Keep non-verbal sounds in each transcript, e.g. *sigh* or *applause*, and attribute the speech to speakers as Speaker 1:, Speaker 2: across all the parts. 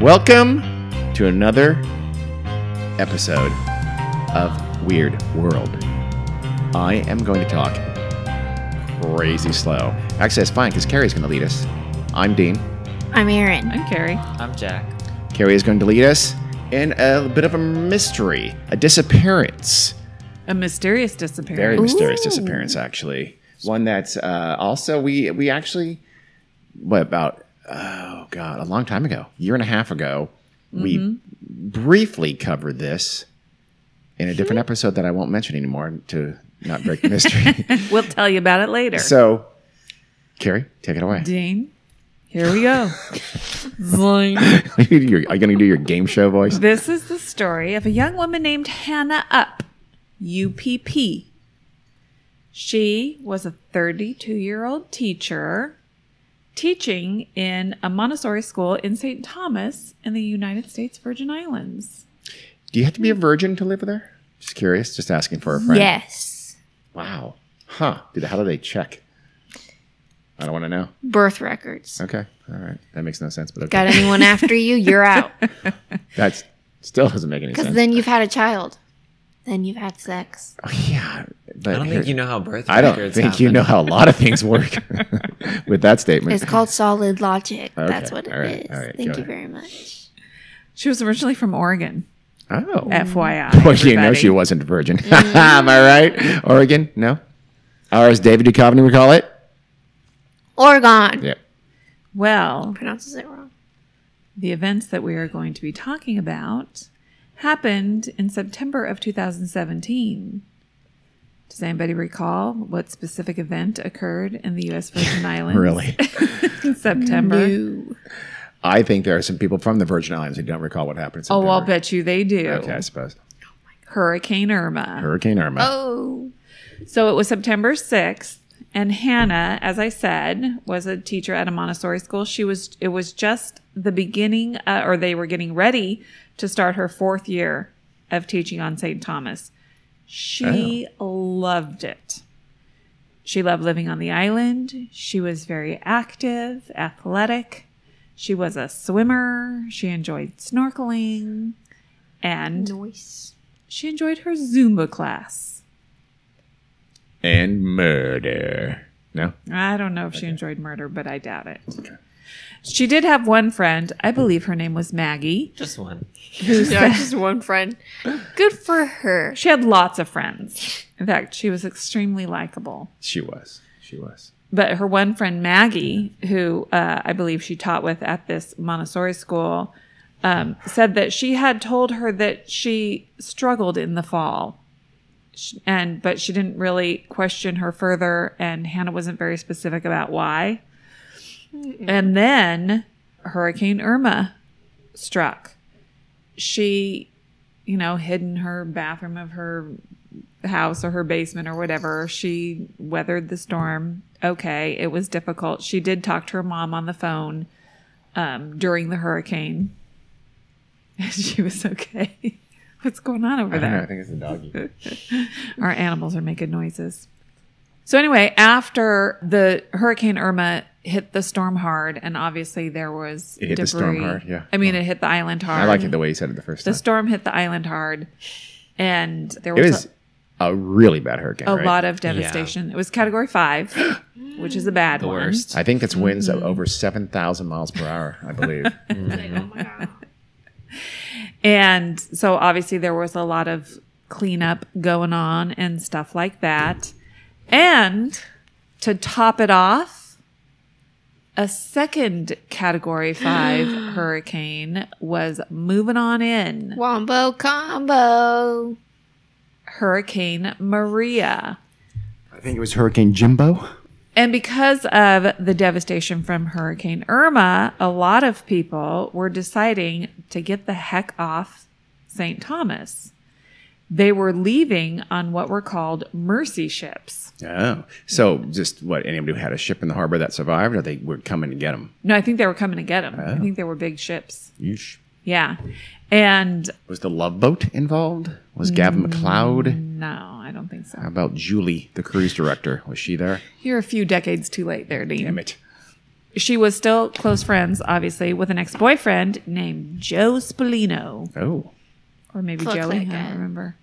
Speaker 1: Welcome to another episode of Weird World. I am going to talk crazy slow. Actually, that's fine because Carrie's going to lead us. I'm Dean.
Speaker 2: I'm Aaron.
Speaker 3: I'm Carrie.
Speaker 4: I'm Jack.
Speaker 1: Carrie is going to lead us in a bit of a mystery, a disappearance.
Speaker 3: A mysterious
Speaker 1: Very
Speaker 3: disappearance.
Speaker 1: mysterious
Speaker 2: Ooh.
Speaker 1: disappearance, actually. One that's uh, also we we actually what about oh god a long time ago, year and a half ago, we briefly covered this in a different episode that I won't mention anymore to not break the mystery.
Speaker 3: *laughs* we'll tell you about it later.
Speaker 1: so, Carrie, take it away. *laughs*
Speaker 3: Dean, here we go. Zoink.
Speaker 1: Are you going to do your game show voice?
Speaker 3: this is the story of a young woman named Hannah Up, UPP. She was a 32 year old teacher teaching in a Montessori school in St. Thomas in the United States Virgin Islands.
Speaker 1: Do you have to be a virgin to live there? Just curious, just asking for a friend.
Speaker 2: Yes.
Speaker 1: Wow. Huh. Dude, how do they check? I don't want to know.
Speaker 2: Birth records.
Speaker 1: Okay. All right. That makes no sense, but okay.
Speaker 2: Got anyone after you, you're out.
Speaker 1: That still doesn't make any
Speaker 2: Because
Speaker 1: sense.
Speaker 2: then you've had a child. Then you've had sex.
Speaker 1: Oh, yeah. But
Speaker 4: I don't think you know how birth
Speaker 1: I don't
Speaker 4: records
Speaker 1: think you
Speaker 4: happen.
Speaker 1: know how a lot of things
Speaker 2: *laughs*
Speaker 1: work with that statement.
Speaker 2: It's called solid logic.
Speaker 1: Okay,
Speaker 2: That's what it is.
Speaker 1: all right, all right,
Speaker 2: Thank
Speaker 1: got
Speaker 2: you
Speaker 1: it.
Speaker 2: very much.
Speaker 3: She was originally from Oregon,
Speaker 1: oh.
Speaker 3: Mm. FYI.
Speaker 1: Well, you know
Speaker 3: everybody.
Speaker 1: she wasn't virgin. *laughs*
Speaker 2: Mm.
Speaker 1: Am I right? Oregon? No? Or as David Duchovny would call
Speaker 2: *laughs*
Speaker 1: it?
Speaker 2: Oregon.
Speaker 1: Yeah.
Speaker 3: Well,
Speaker 2: Pronounces it wrong.
Speaker 3: The events that we are going to be talking about happened in September of 2017. Does anybody recall what specific event occurred in the
Speaker 1: *laughs*
Speaker 3: U.S. Virgin Islands?
Speaker 1: Really?
Speaker 3: in September?
Speaker 1: I think there are some people from the Virgin Islands who don't recall what happened. in
Speaker 3: Oh, I'll
Speaker 1: September.
Speaker 3: bet you they do.
Speaker 1: Okay, I suppose.
Speaker 3: Hurricane Irma.
Speaker 1: Hurricane Irma.
Speaker 2: Oh.
Speaker 3: So it was September 6th, and Hannah, as I said, was a teacher at a Montessori school. She was, it was just the beginning, uh, or they were getting ready to start her fourth year of teaching on St. Thomas. She loved it. She loved living on the island. She was very active, athletic. She was a swimmer. She enjoyed snorkeling. And
Speaker 2: Noise.
Speaker 3: she enjoyed her Zumba class.
Speaker 1: And murder. No?
Speaker 3: I don't know if she enjoyed murder, but I doubt it. She did have one friend, I believe her name was Maggie.
Speaker 4: Just one.
Speaker 2: Yeah, *laughs* just one friend. Good for her.
Speaker 3: She had lots of friends. In fact, she was extremely likable.
Speaker 1: She was. She was.
Speaker 3: But her one friend, Maggie, who uh, I believe she taught with at this Montessori school, um, said that she had told her that she struggled in the fall. Sh- And but she didn't really question her further, and Hannah wasn't very specific about why. And then Hurricane Irma struck. She, you know, hid in her bathroom of her house or her basement or whatever. She weathered the storm. Okay, it was difficult. She did talk to her mom on the phone um, during the hurricane. *laughs* she was okay. *laughs* What's going on over
Speaker 1: I don't know. I
Speaker 3: there?
Speaker 1: think it's a doggy.
Speaker 3: Our animals are making noises. So anyway, after the Hurricane Irma hit the storm hard, and obviously there was
Speaker 1: It hit the storm hard, yeah.
Speaker 3: I mean, it hit the island hard.
Speaker 1: I like it the way you said it the first
Speaker 3: The
Speaker 1: time.
Speaker 3: storm hit the island hard, and there
Speaker 1: It
Speaker 3: was,
Speaker 1: was a really bad hurricane.
Speaker 3: a, a
Speaker 1: right?
Speaker 3: lot of devastation. It was Category Five, *gasps* which is a bad
Speaker 4: The
Speaker 3: one.
Speaker 4: worst.
Speaker 1: I think it's winds
Speaker 3: Mm-hmm.
Speaker 1: of over 7,000 miles per hour, I
Speaker 3: *laughs*
Speaker 1: believe.
Speaker 2: "Oh
Speaker 3: And so obviously there was a lot of cleanup going on and stuff like that. And to top it off, a second category five hurricane was moving on in
Speaker 2: Wombo combo.
Speaker 3: Hurricane Maria.
Speaker 1: I think it was Hurricane Jimbo.
Speaker 3: And because of the devastation from Hurricane Irma, a lot of people were deciding to get the heck off St. Thomas. They were leaving on what were called mercy ships.
Speaker 1: Oh. So just what, anybody who had a ship in the harbor that survived, or they were coming to get them?
Speaker 3: No, I think they were coming to get them. I think they were big ships.
Speaker 1: Yeesh.
Speaker 3: Yeah. And
Speaker 1: Was the love boat involved? Was Gavin
Speaker 3: Mm.
Speaker 1: McLeod?
Speaker 3: no, I don't think so.
Speaker 1: How about Julie, the cruise director? Was she there?
Speaker 3: You're a few decades too late there, Dean.
Speaker 1: Damn it.
Speaker 3: she was still close friends, obviously, with an ex boyfriend named Joe Spolino,
Speaker 1: Oh,
Speaker 3: or maybe
Speaker 2: Looks
Speaker 3: Joey,
Speaker 2: like
Speaker 3: I don't
Speaker 2: it.
Speaker 3: remember.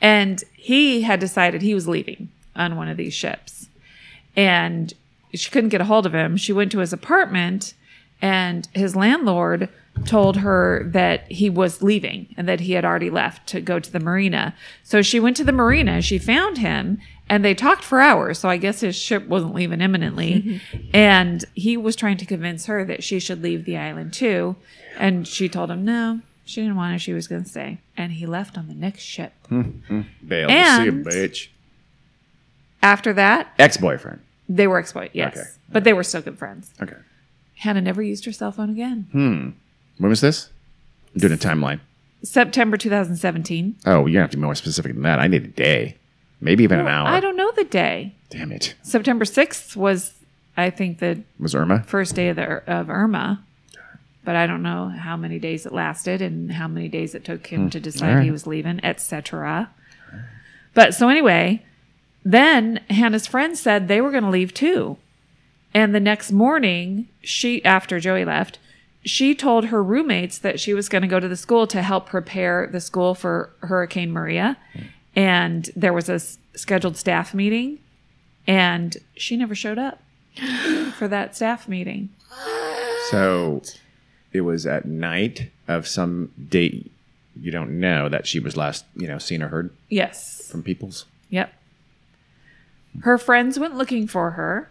Speaker 3: And he had decided he was leaving on one of these ships. And she couldn't get a hold of him. She went to his apartment, and his landlord told her that he was leaving and that he had already left to go to the marina. So she went to the marina, she found him, and they talked for hours. So I guess his ship wasn't leaving imminently. and he was trying to convince her that she should leave the island too. And she told him no, she didn't want to, she was going to stay. And he left on the next ship.
Speaker 1: bail
Speaker 3: And-
Speaker 1: to see a bitch.
Speaker 3: After that,
Speaker 1: Ex boyfriend.
Speaker 3: they were exploited. Yes.
Speaker 1: Okay.
Speaker 3: But they were still good friends.
Speaker 1: Okay.
Speaker 3: Hannah never used her cell phone again.
Speaker 1: When was this? I'm doing a timeline.
Speaker 3: September 2017.
Speaker 1: Oh, you're gonna have to be more specific than that. I need a day, maybe even an hour.
Speaker 3: I don't know the day.
Speaker 1: Damn it.
Speaker 3: September 6th was, I think, the
Speaker 1: Was Irma?
Speaker 3: first day of, the, of Irma, but I don't know how many days it lasted and how many days it took him to
Speaker 1: Hmm.
Speaker 3: decide
Speaker 1: All right.
Speaker 3: he was leaving, etc. But so anyway, then Hannah's friends said they were going to leave too. And the next morning, she after Joey left, she told her roommates that she was going to go to the school to help prepare the school for Hurricane Maria. And there was a s- scheduled staff meeting, and she never showed up for that staff meeting.
Speaker 1: So it was at night of some date you don't know that she was last, you know, seen or heard
Speaker 3: Yes.
Speaker 1: from people's.
Speaker 3: Yep. Her friends went looking for her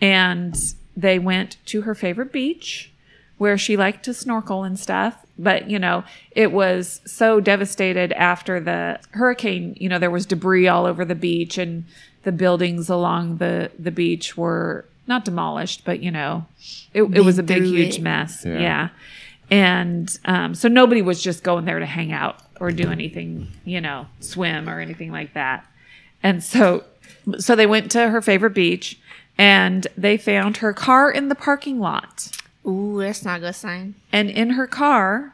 Speaker 3: and they went to her favorite beach where she liked to snorkel and stuff. But, you know, it was so devastated after the hurricane. You know, there was debris all over the beach and the buildings along the, the beach were not demolished, but, you know, it, it was a big,
Speaker 2: through
Speaker 3: huge
Speaker 2: it.
Speaker 3: mess.
Speaker 1: Yeah.
Speaker 3: Yeah. And um, so nobody was just going there to hang out or do anything, you know, swim or anything like that. And so, so they went to her favorite beach and they found her car in the parking lot.
Speaker 2: Ooh, that's not a good sign.
Speaker 3: And in her car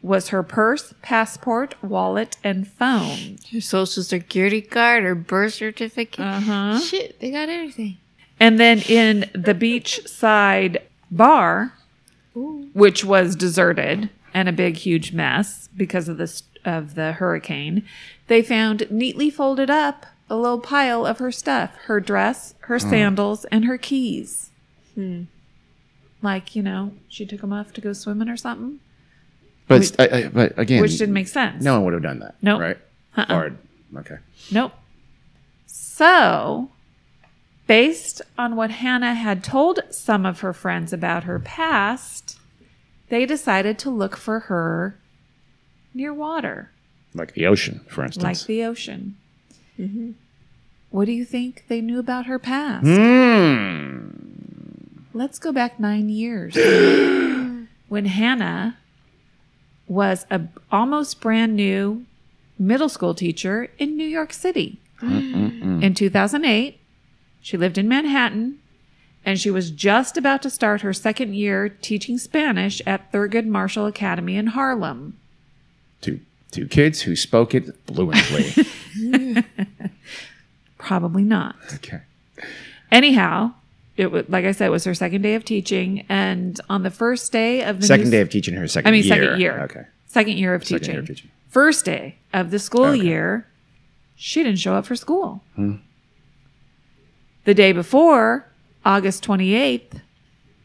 Speaker 3: was her purse, passport, wallet, and phone.
Speaker 2: Your social security card or birth certificate.
Speaker 3: Uh-huh.
Speaker 2: Shit, they got everything.
Speaker 3: And then in the beachside bar, which was deserted and a big, huge mess because of this of the hurricane, they found neatly folded up a little pile of her stuff: her dress, her sandals, and her keys. Like you know, she took them off to go swimming or something,
Speaker 1: But I, I, but again,
Speaker 3: which didn't make sense.
Speaker 1: no one would have done that.
Speaker 3: Nope.
Speaker 1: Right?
Speaker 3: Uh-uh.
Speaker 1: Hard. Okay.
Speaker 3: Nope. So, based on what Hannah had told some of her friends about her past, they decided to look for her near water,
Speaker 1: Like the ocean, for
Speaker 3: like
Speaker 1: instance.
Speaker 3: the ocean. What do you think they knew about her past?
Speaker 1: Hmm.
Speaker 3: Let's go back nine years when Hannah was a almost brand new middle school teacher in New York City. In 2008, she lived in Manhattan and she was just about to start her second year teaching Spanish at Thurgood Marshall Academy in Harlem.
Speaker 1: Two, two kids who spoke it
Speaker 3: *laughs*
Speaker 1: fluently.
Speaker 3: Probably not.
Speaker 1: okay.
Speaker 3: Anyhow, it was like I said, it was her second day of teaching, and on the first day of the new
Speaker 1: Second
Speaker 3: s-
Speaker 1: day of teaching her second
Speaker 3: I mean,
Speaker 1: year.
Speaker 3: second year.
Speaker 1: Okay.
Speaker 3: Second year of
Speaker 1: Second
Speaker 3: teaching.
Speaker 1: year of teaching.
Speaker 3: First day of the school
Speaker 1: Okay. Hmm.
Speaker 3: year, she didn't show up for school. The day before, August 28th,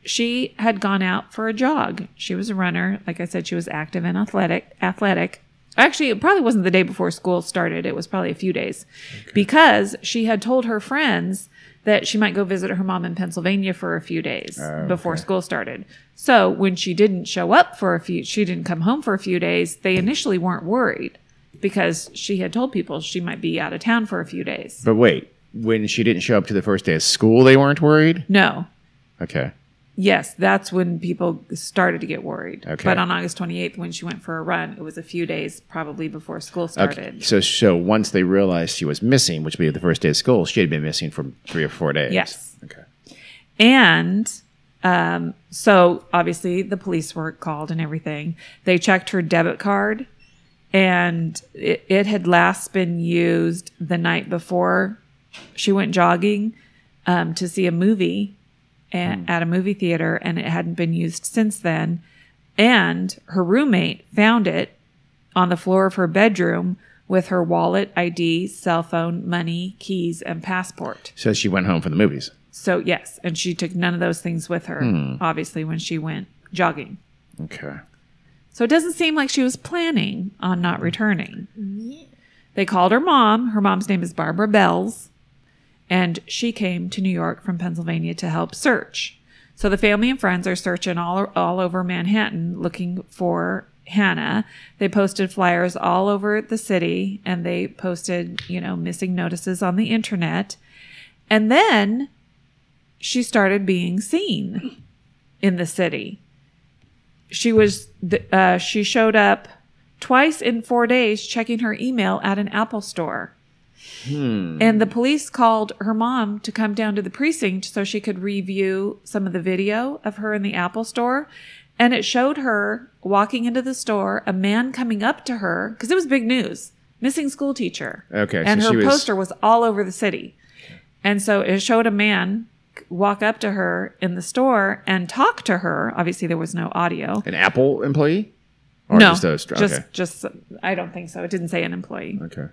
Speaker 3: she had gone out for a jog. She was a runner. Like I said, she was active and athletic. Athletic. Actually, it probably wasn't the day before school started. It was probably a few days because she had told her friends that she might go visit her mom in Pennsylvania for a few days before school started. So when she didn't show up for a few, she didn't come home for a few days, they initially weren't worried because she had told people she might be out of town for a few days.
Speaker 1: But wait, when she didn't show up to the first day of school, they weren't worried?
Speaker 3: No,
Speaker 1: Okay.
Speaker 3: Yes, that's when people started to get worried.
Speaker 1: Okay.
Speaker 3: But on August 28th, when she went for a run, it was a few days probably before school started.
Speaker 1: Okay. So, so once they realized she was missing, which would be the first day of school, she had been missing for three or four days.
Speaker 3: Yes.
Speaker 1: Okay.
Speaker 3: And um, so obviously the police were called and everything. They checked her debit card and it, it had last been used the night before she went jogging um, to see a movie
Speaker 1: Hmm.
Speaker 3: a- at a movie theater and it hadn't been used since then. And her roommate found it on the floor of her bedroom with her wallet, ID, cell phone, money, keys, and passport.
Speaker 1: So she went home for the movies.
Speaker 3: So, yes, and she took none of those things with her, obviously, when she went jogging.
Speaker 1: Okay.
Speaker 3: So it doesn't seem like she was planning on not returning.
Speaker 2: Yeah.
Speaker 3: They called her mom. Her mom's name is Barbara Bells. And she came to New York from Pennsylvania to help search. So the family and friends are searching all, all over Manhattan looking for Hannah. They posted flyers all over the city and they posted, you know, missing notices on the internet. And then she started being seen in the city. She was, th- uh, she showed up twice in four days checking her email at an Apple store.
Speaker 1: Hmm.
Speaker 3: And the police called her mom to come down to the precinct so she could review some of the video of her in the Apple store. And it showed her walking into the store, a man coming up to her, because it was big news missing school teacher.
Speaker 1: Okay,
Speaker 3: And
Speaker 1: so
Speaker 3: her
Speaker 1: she was-
Speaker 3: poster was all over the city. And so it showed a man walk up to her in the store and talk to her. Obviously, there was no audio
Speaker 1: An Apple employee? Or
Speaker 3: no,
Speaker 1: just those?
Speaker 3: just,
Speaker 1: okay.
Speaker 3: just- I don't think so. It didn't say an employee.
Speaker 1: Okay.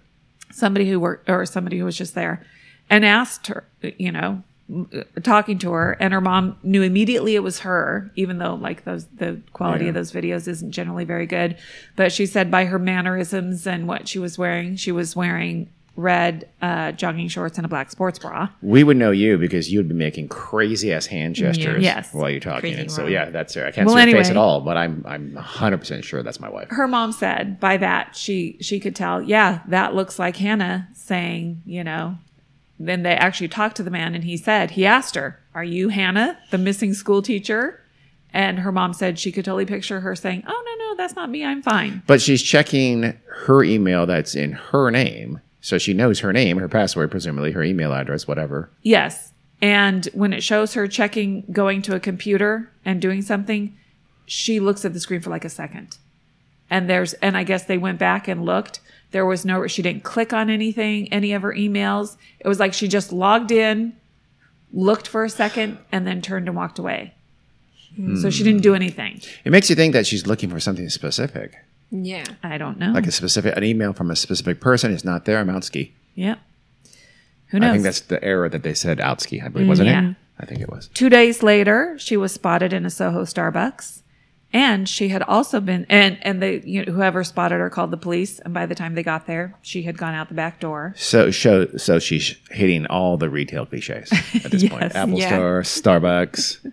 Speaker 3: Somebody who worked or somebody who was just there, and asked her, you know, m- uh, talking to her, and her mom knew immediately it was her, even though like those the quality
Speaker 1: Yeah.
Speaker 3: of those videos isn't generally very good. But she said by her mannerisms and what she was wearing, she was wearing red uh, jogging shorts and a black sports bra.
Speaker 1: We would know you because you'd be making crazy ass hand gestures
Speaker 3: Mm, Yes.
Speaker 1: while you're talking.
Speaker 2: Crazy
Speaker 1: And so
Speaker 2: wrong.
Speaker 1: yeah, that's her. I can't
Speaker 3: Well,
Speaker 1: see her face
Speaker 3: anyway.
Speaker 1: at all, but I'm I'm 100 percent sure that's my wife.
Speaker 3: her mom said by that she she could tell yeah that looks like hannah saying you know then they actually talked to the man and he said he asked her are you hannah the missing school teacher and her mom said she could totally picture her saying oh no no that's not me i'm fine
Speaker 1: But she's checking her email that's in her name, so she knows her name, her password, presumably her email address, whatever.
Speaker 3: yes and when it shows her checking going to a computer and doing something she looks at the screen for like a second and there's and i guess they went back and looked there was no she didn't click on anything any of her emails it was like she just logged in looked for a second and then turned and walked away so she didn't do anything
Speaker 1: It makes you think that she's looking for something specific,
Speaker 2: Yeah.
Speaker 3: i don't know
Speaker 1: like a specific an email from a specific person. It's not there. I'm outski.
Speaker 3: yep who knows
Speaker 1: I think that's the error that they said outski. I believe wasn't
Speaker 3: Mm, yeah.
Speaker 1: it? I think it was.
Speaker 3: Two days later, she was spotted in a Soho Starbucks, and she had also been and and the you know, whoever spotted her called the police. And by the time they got there, she had gone out the back door.
Speaker 1: So show so she's hitting all the retail cliches at
Speaker 3: *laughs*
Speaker 1: this point.
Speaker 3: Yes.
Speaker 1: Apple
Speaker 2: Yeah.
Speaker 1: Store, Starbucks.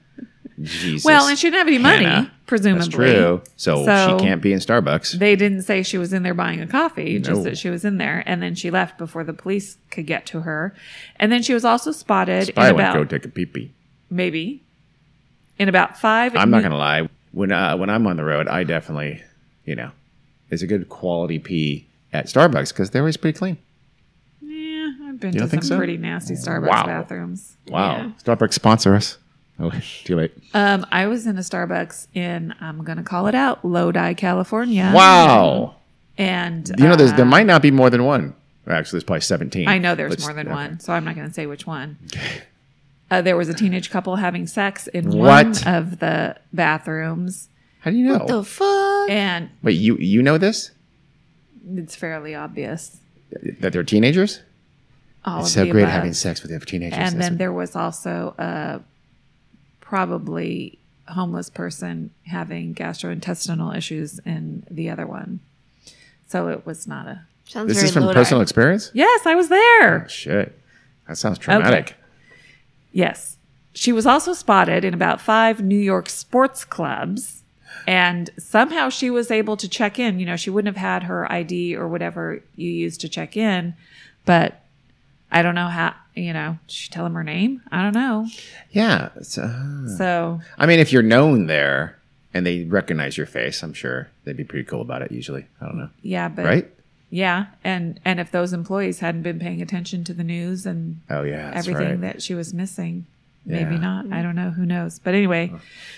Speaker 1: Jesus.
Speaker 3: well, and she didn't have any money,
Speaker 1: Hannah.
Speaker 3: presumably.
Speaker 1: That's true. So,
Speaker 3: So-
Speaker 1: she can't be in Starbucks.
Speaker 3: They didn't say she was in there buying a coffee,
Speaker 1: No.
Speaker 3: just that she was in there, and then she left before the police could get to her. And then she was also spotted
Speaker 1: I
Speaker 3: in
Speaker 1: want to go
Speaker 3: about
Speaker 1: take a pee pee.
Speaker 3: maybe in about five.
Speaker 1: I'm not
Speaker 3: mi-
Speaker 1: gonna lie. When uh, when I'm on the road, I definitely, you know, it's a good quality pee at Starbucks because they're always pretty clean.
Speaker 3: Yeah, I've been
Speaker 1: You don't
Speaker 3: to some
Speaker 1: think so?
Speaker 3: pretty nasty Starbucks
Speaker 1: Wow.
Speaker 3: bathrooms.
Speaker 1: Wow.
Speaker 2: Yeah.
Speaker 1: Starbucks sponsor us. Oh, *laughs* too late.
Speaker 3: Um, I was in a Starbucks in I'm gonna call it out, Lodi, California.
Speaker 1: Wow.
Speaker 3: And
Speaker 1: You know, there's, there
Speaker 3: uh,
Speaker 1: might not be more than one. Actually, there's probably 17.
Speaker 3: I know there's
Speaker 1: Let's-
Speaker 3: more than
Speaker 1: okay.
Speaker 3: one, so I'm not gonna say which one. Uh, there was a teenage couple having sex in
Speaker 1: What?
Speaker 3: one of the bathrooms,
Speaker 1: How do you know?
Speaker 2: The fuck?
Speaker 3: and
Speaker 1: Wait, you you know this?
Speaker 3: it's fairly obvious.
Speaker 1: That they're teenagers?
Speaker 3: All
Speaker 1: It's
Speaker 3: of
Speaker 1: so
Speaker 3: the
Speaker 1: great
Speaker 3: above.
Speaker 1: having sex with other teenagers.
Speaker 3: And
Speaker 1: That's
Speaker 3: then
Speaker 1: what-
Speaker 3: there was also a probably homeless person having gastrointestinal issues in the other one. So it was not a.
Speaker 2: Sounds
Speaker 1: this
Speaker 2: very
Speaker 1: is from
Speaker 2: low-di.
Speaker 1: personal experience? Oh,
Speaker 3: Yes, I was there.
Speaker 1: Shit. That sounds traumatic.
Speaker 3: Yes. She was also spotted in about five New York sports clubs. And somehow she was able to check in. You know, she wouldn't have had her ID or whatever you use to check in. But I don't know how, you know, did she tell him her name? I don't know.
Speaker 1: Yeah. it's, uh,
Speaker 3: So,
Speaker 1: I mean, if you're known there and they recognize your face, I'm sure they'd be pretty cool about it usually. I don't know.
Speaker 3: yeah, but
Speaker 1: Right?
Speaker 3: yeah. And, and if those employees hadn't been paying attention to the news and
Speaker 1: Oh, yeah. That's
Speaker 3: everything
Speaker 1: right.
Speaker 3: that she was missing.
Speaker 1: Yeah.
Speaker 3: Maybe not. I don't know. Who knows? But anyway,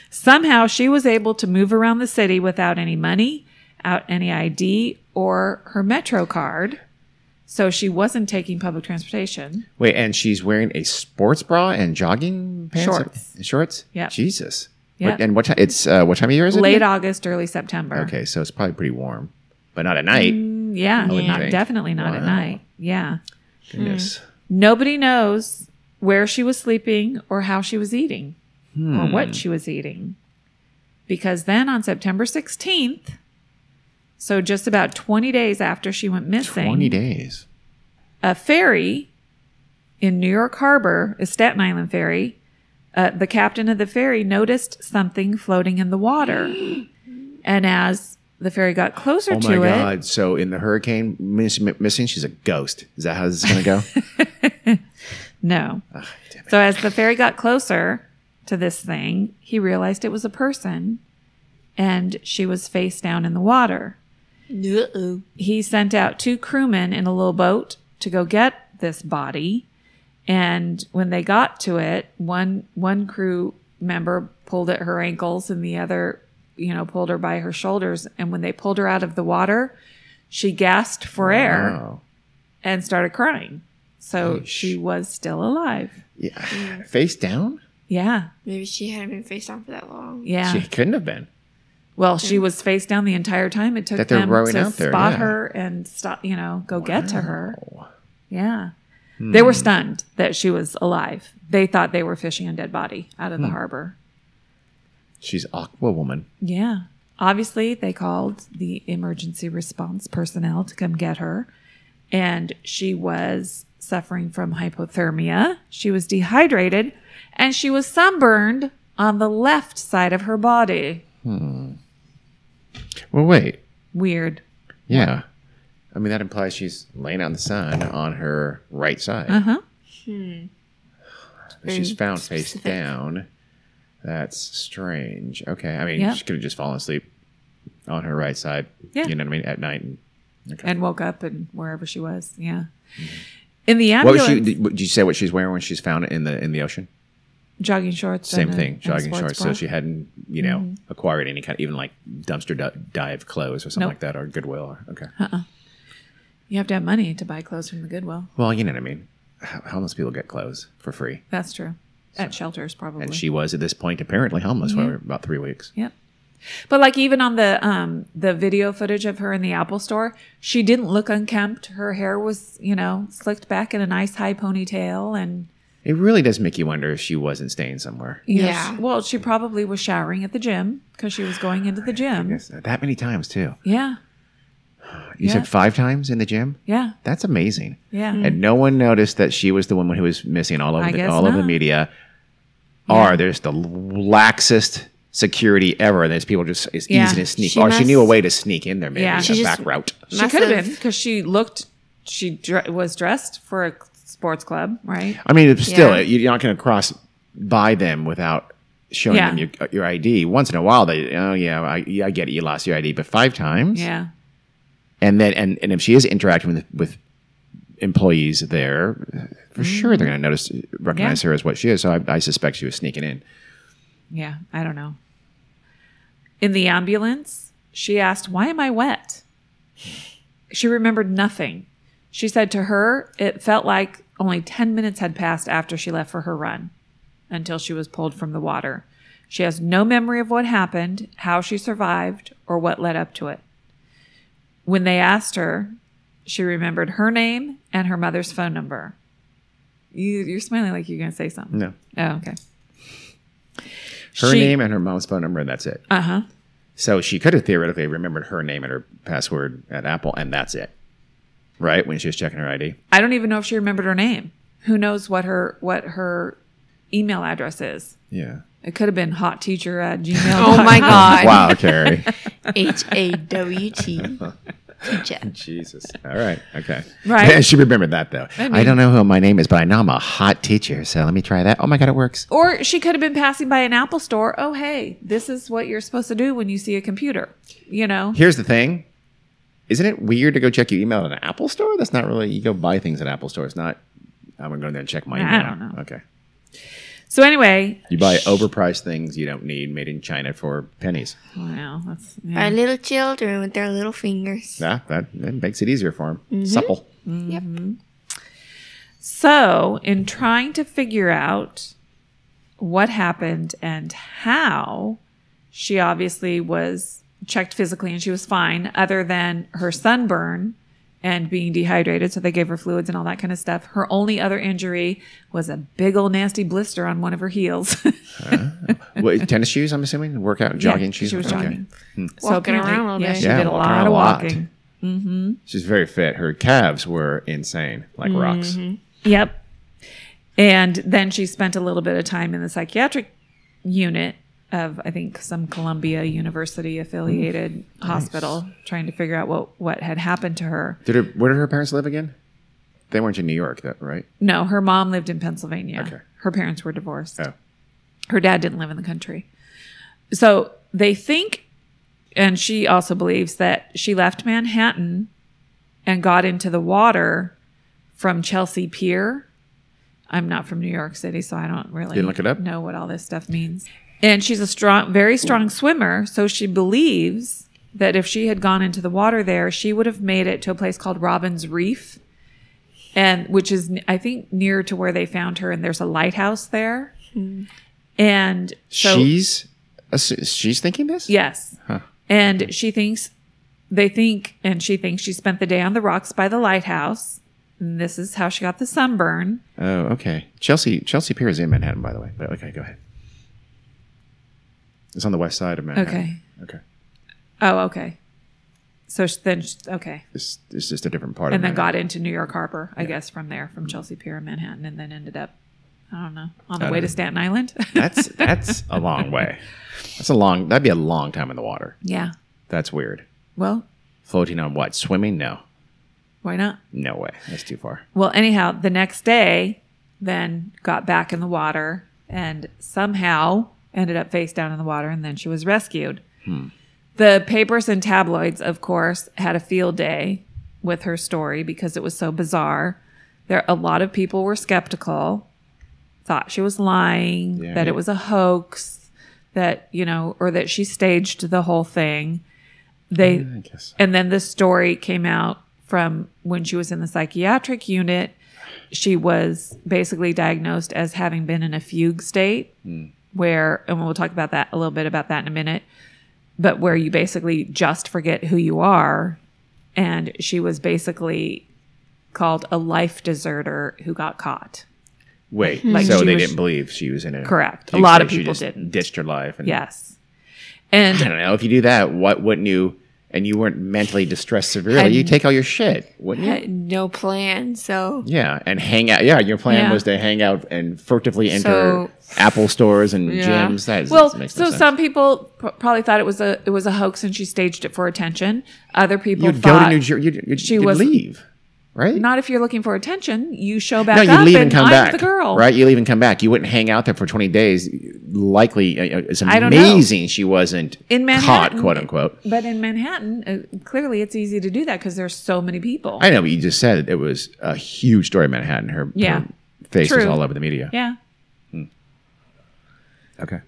Speaker 3: somehow she was able to move around the city without any money, out any ID or her Metro card. So she wasn't taking public transportation.
Speaker 1: Wait, and she's wearing a sports bra and jogging pants,
Speaker 3: Shorts.
Speaker 1: Shorts.
Speaker 3: Yeah.
Speaker 1: Jesus.
Speaker 3: Yeah.
Speaker 1: What- and what time? It's uh, what time of year is it?
Speaker 3: Late
Speaker 1: again?
Speaker 3: August, early September.
Speaker 1: Okay, so it's probably pretty warm, but not at night.
Speaker 3: Mm, yeah,
Speaker 1: I would
Speaker 3: not,
Speaker 1: think.
Speaker 3: definitely not at
Speaker 1: Wow.
Speaker 3: night. Yeah. Mm-hmm.
Speaker 1: Goodness.
Speaker 3: Nobody knows where she was sleeping or how she was eating or
Speaker 1: Hmm.
Speaker 3: what she was eating. Because then on September 16th, so just about 20 days after she went missing,
Speaker 1: Twenty days.
Speaker 3: a ferry in New York Harbor, a Staten Island ferry, uh, the captain of the ferry noticed something floating in
Speaker 1: *gasps*
Speaker 3: the water. and as the ferry got closer
Speaker 1: Oh
Speaker 3: to
Speaker 1: my
Speaker 3: it,
Speaker 1: God! So in the hurricane miss, missing, she's a ghost. Is that how this is going to
Speaker 3: *laughs*
Speaker 1: go?
Speaker 3: no.
Speaker 1: Ugh, damn it.
Speaker 3: So as the ferry got closer to this thing, he realized it was a person and she was face down in the water.
Speaker 2: Uh-oh.
Speaker 3: He sent out two crewmen in a little boat to go get this body. And when they got to it, one one crew member pulled at her ankles and the other, you know, pulled her by her shoulders. And when they pulled her out of the water, she gasped for air
Speaker 1: Wow.
Speaker 3: and started crying. So
Speaker 1: Yeesh.
Speaker 3: she was still alive. Mm.
Speaker 1: Yeah. Face down.
Speaker 3: Yeah.
Speaker 2: Maybe she hadn't been face down for that long.
Speaker 3: Yeah.
Speaker 1: She couldn't have been.
Speaker 3: Well, she was face down the entire time. It took
Speaker 1: That they're
Speaker 3: them
Speaker 1: rowing
Speaker 3: to
Speaker 1: out there,
Speaker 3: spot
Speaker 1: yeah.
Speaker 3: her and stop, you know, go get to her.
Speaker 1: Wow.
Speaker 3: Yeah. They
Speaker 1: Hmm.
Speaker 3: were stunned that she was alive. They thought they were fishing a dead body out of the
Speaker 1: Hmm.
Speaker 3: harbor.
Speaker 1: She's Aqua Woman.
Speaker 3: Yeah. Obviously, they called the emergency response personnel to come get her. And she was suffering from hypothermia. She was dehydrated and she was sunburned on the left side of her body.
Speaker 1: Well, wait.
Speaker 3: Weird.
Speaker 1: Yeah. I mean, that implies she's laying out in the sun on her right side.
Speaker 3: Uh huh.
Speaker 1: But she's
Speaker 2: Very
Speaker 1: found face
Speaker 2: specific.
Speaker 1: down. That's strange. Okay. I mean,
Speaker 3: Yeah.
Speaker 1: she could have just fallen asleep on her right side.
Speaker 3: Yeah.
Speaker 1: You know what I mean? At night. And, okay.
Speaker 3: and woke up and wherever she was. Yeah. In the
Speaker 1: Hmm. what was
Speaker 3: ambulance,
Speaker 1: she? Did, what- did you say what she's wearing when she's found in the in the ocean?
Speaker 3: jogging shorts.
Speaker 1: Same
Speaker 3: and a-
Speaker 1: thing,
Speaker 3: and a
Speaker 1: jogging
Speaker 3: sports
Speaker 1: shorts.
Speaker 3: bra. Mm-hmm.
Speaker 1: So she hadn't, you know, acquired any kind, even like dumpster di- dive clothes or something
Speaker 3: Nope.
Speaker 1: like that, or Goodwill. Or, okay.
Speaker 3: You have to have money to buy clothes from the Goodwill.
Speaker 1: Well, you know what I mean. H- Homeless people get clothes for free,
Speaker 3: That's true. At shelters, probably.
Speaker 1: and she was at this point apparently homeless for about three weeks.
Speaker 3: Yep. But like even on the um the video footage of her in the Apple store, she didn't look unkempt. Her hair was, you know, slicked back in a nice high ponytail and
Speaker 1: It really does make you wonder if she wasn't staying somewhere.
Speaker 3: you know,
Speaker 2: Yeah.
Speaker 3: she- well, she probably was showering at the gym because she was going into the gym.
Speaker 1: Yes, that many times too.
Speaker 3: Yeah.
Speaker 1: You
Speaker 3: Yeah.
Speaker 1: said five times in the gym.
Speaker 3: Yeah.
Speaker 1: That's amazing.
Speaker 3: Yeah.
Speaker 1: Hmm. And no one noticed that she was the woman who was missing all over
Speaker 3: I
Speaker 1: the,
Speaker 3: guess
Speaker 1: all over the
Speaker 3: not.
Speaker 1: media. Or there's the laxest security ever. There's people just it's
Speaker 3: Yeah.
Speaker 1: easy to sneak.
Speaker 2: She
Speaker 1: or she knew a
Speaker 2: must-
Speaker 1: way to sneak in there, maybe
Speaker 3: Yeah.
Speaker 1: a
Speaker 3: She
Speaker 2: just-
Speaker 1: back route.
Speaker 3: She could have
Speaker 2: Massive-
Speaker 3: been because she looked. She dre- was dressed for a sports club, right?
Speaker 1: I mean, it's still,
Speaker 2: Yeah.
Speaker 1: you're not going to cross by them without showing
Speaker 3: Yeah.
Speaker 1: them your, your ID. Once in a while, they oh yeah, I, yeah, I get it, you lost your ID, but five times,
Speaker 3: Yeah,
Speaker 1: and then and, and if she is interacting with with employees there, for sure they're going to notice recognize her as what she is. So I, I suspect she was sneaking in.
Speaker 3: yeah. I don't know. In the ambulance, she asked, "Why am I wet?" She remembered nothing. She said to her, "It felt like only ten minutes had passed after she left for her run, until she was pulled from the water." She has no memory of what happened, how she survived, or what led up to it. When they asked her, she remembered her name and her mother's phone number. You, you're smiling like you're going to say something.
Speaker 1: No.
Speaker 3: Oh, okay.
Speaker 1: Her name and her mom's phone number, and that's it.
Speaker 3: Uh huh.
Speaker 1: So she could have theoretically remembered her name and her password at Apple, and that's it. Right when she was checking her ID.
Speaker 3: I don't even know if she remembered her name. Who knows what her what her email address is?
Speaker 1: Yeah.
Speaker 3: It could have been hot teacher at gmail.
Speaker 2: Oh my
Speaker 1: *laughs*
Speaker 2: god.
Speaker 1: Wow,
Speaker 3: *laughs*
Speaker 1: Carrie.
Speaker 2: *laughs* H A W T. Teacher.
Speaker 1: Jesus. All right. Okay.
Speaker 3: Right.
Speaker 1: *laughs* she remembered that though. I, don't know who my name is, but I know I'm a hot teacher. So let me try that. Oh my god, it works.
Speaker 3: Or she could have been passing by an Apple store. Oh hey, this is what you're supposed to do when you see a computer. You know.
Speaker 1: Here's the thing. Isn't it weird to go check your email at an Apple store? That's not really you go buy things at Apple store. It's not I'm gonna go in there and check my
Speaker 3: I
Speaker 1: email.
Speaker 3: don't know.
Speaker 1: Okay.
Speaker 3: So anyway,
Speaker 1: You buy overpriced things you don't need made in China for pennies.
Speaker 3: wow, that's
Speaker 2: *laughs* Our
Speaker 3: yeah.
Speaker 2: little children with their little fingers.
Speaker 3: Mm-hmm. *laughs*
Speaker 1: Yeah, that, that makes it easier for him. Supple.
Speaker 2: Yep.
Speaker 3: So, in trying to figure out what happened and how, she obviously was checked physically and she was fine, other than her sunburn and being dehydrated. So, they gave her fluids and all that kind of stuff. Her only other injury was a big old nasty blister on one of her heels. *laughs*
Speaker 1: What, tennis shoes, I'm assuming? Workout, jogging
Speaker 3: Yeah,
Speaker 1: shoes?
Speaker 3: She was
Speaker 1: Okay. Hmm.
Speaker 3: jogging.
Speaker 2: Walking
Speaker 3: apparently-
Speaker 2: around all
Speaker 3: Yeah,
Speaker 2: day.
Speaker 3: she
Speaker 1: Yeah,
Speaker 3: did a
Speaker 1: walking
Speaker 3: lot
Speaker 1: around a
Speaker 3: of
Speaker 1: lot.
Speaker 3: walking.
Speaker 1: She's very fit. Her calves were insane, like rocks.
Speaker 3: Mm-hmm. Yep. And then she spent a little bit of time in the psychiatric unit of, I think, some Columbia University affiliated hospital, trying to figure out what, what had happened to her.
Speaker 1: Did her, where did her parents live again? They weren't in New York, that right?
Speaker 3: No, her mom lived in Pennsylvania.
Speaker 1: Okay.
Speaker 3: Her parents were divorced.
Speaker 1: Oh.
Speaker 3: Her dad didn't live in the country. So they think, and she also believes that she left Manhattan and got into the water from Chelsea Pier. I'm not from New York City, so I don't really
Speaker 1: Didn't look it up?
Speaker 3: know what all this stuff means. And she's a strong, very strong swimmer, so she believes that if she had gone into the water there, she would have made it to a place called Robin's Reef, and which is I think near to where they found her. And there's a lighthouse there. And so
Speaker 1: she's assu- she's thinking this.
Speaker 3: Yes.
Speaker 1: Huh.
Speaker 3: And she thinks they think and she thinks she spent the day on the rocks by the lighthouse. And this is how she got the sunburn.
Speaker 1: Oh, okay. Chelsea Chelsea Pier is in Manhattan, by the way. But okay, go ahead. It's on the west side of Manhattan.
Speaker 3: Okay.
Speaker 1: Okay. Okay.
Speaker 3: Oh, okay. So sh- then sh- okay.
Speaker 1: It's, it's just a different part
Speaker 3: And
Speaker 1: of
Speaker 3: then
Speaker 1: Manhattan.
Speaker 3: got into New York Harbor, I guess, from there, from Chelsea Pier in Manhattan, and then ended up, I don't know, on the
Speaker 1: I
Speaker 3: way
Speaker 1: don't
Speaker 3: to Staten Island.
Speaker 1: That's that's a long way. That's a long. That'd be a long time in the water.
Speaker 3: yeah.
Speaker 1: That's weird.
Speaker 3: Well,
Speaker 1: Floating on what? Swimming? No.
Speaker 3: why not?
Speaker 1: No way. That's too far.
Speaker 3: Well, anyhow, the next day, then got back in the water and somehow ended up face down in the water, and then she was rescued. The papers and tabloids, of course, had a field day with her story because it was so bizarre. There, a lot of people were skeptical, thought she was lying,
Speaker 1: Yeah,
Speaker 3: that
Speaker 1: yeah.
Speaker 3: it was a hoax, that you know, or that she staged the whole thing. They
Speaker 1: I guess.
Speaker 3: and then this story came out from when she was in the psychiatric unit. She was basically diagnosed as having been in a fugue state,
Speaker 1: Hmm.
Speaker 3: where, and we'll talk about that a little bit about that in a minute, but where you basically just forget who you are. And she was basically called a life deserter who got caught.
Speaker 1: Wait.
Speaker 3: *laughs* Like
Speaker 1: so
Speaker 3: she
Speaker 1: they
Speaker 3: was-
Speaker 1: didn't believe she was in it.
Speaker 3: Correct. A lot of
Speaker 1: She
Speaker 3: people
Speaker 1: just
Speaker 3: didn't.
Speaker 1: Ditched her life. And
Speaker 3: Yes.
Speaker 1: I *laughs*
Speaker 3: And
Speaker 1: don't know. If you do that, what wouldn't you? And you weren't mentally distressed severely. you take all your shit, wouldn't you?
Speaker 2: Had Uh, no plan, so
Speaker 1: Yeah, and hang out. Yeah, your plan
Speaker 3: Yeah.
Speaker 1: was to hang out and furtively enter
Speaker 2: So-
Speaker 1: Apple stores and
Speaker 2: Yeah.
Speaker 1: gyms. That is,
Speaker 3: well,
Speaker 1: makes no
Speaker 3: so
Speaker 1: sense.
Speaker 3: some people pr- probably thought it was a it was a hoax and she staged it for attention. Other people
Speaker 1: you'd go
Speaker 3: thought
Speaker 1: to New Jersey. You'd, you'd,
Speaker 3: she
Speaker 1: you'd
Speaker 3: was-
Speaker 1: leave, right?
Speaker 3: not if you're looking for attention. You show back
Speaker 1: no,
Speaker 3: up
Speaker 1: you leave and come
Speaker 3: I'm
Speaker 1: back.
Speaker 3: the girl.
Speaker 1: right? You leave and come back. You wouldn't hang out there for twenty days. Likely, uh, uh, it's
Speaker 3: don't know.
Speaker 1: amazing she wasn't
Speaker 3: In
Speaker 1: caught,
Speaker 3: Manhattan.
Speaker 1: quote unquote.
Speaker 3: But in Manhattan, uh, clearly it's easy to do that because there's so many people.
Speaker 1: I know, but you just said it was a huge story in Manhattan. Her,
Speaker 3: Yeah.
Speaker 1: her face was
Speaker 3: True.
Speaker 1: all over the media.
Speaker 3: yeah.
Speaker 1: Okay.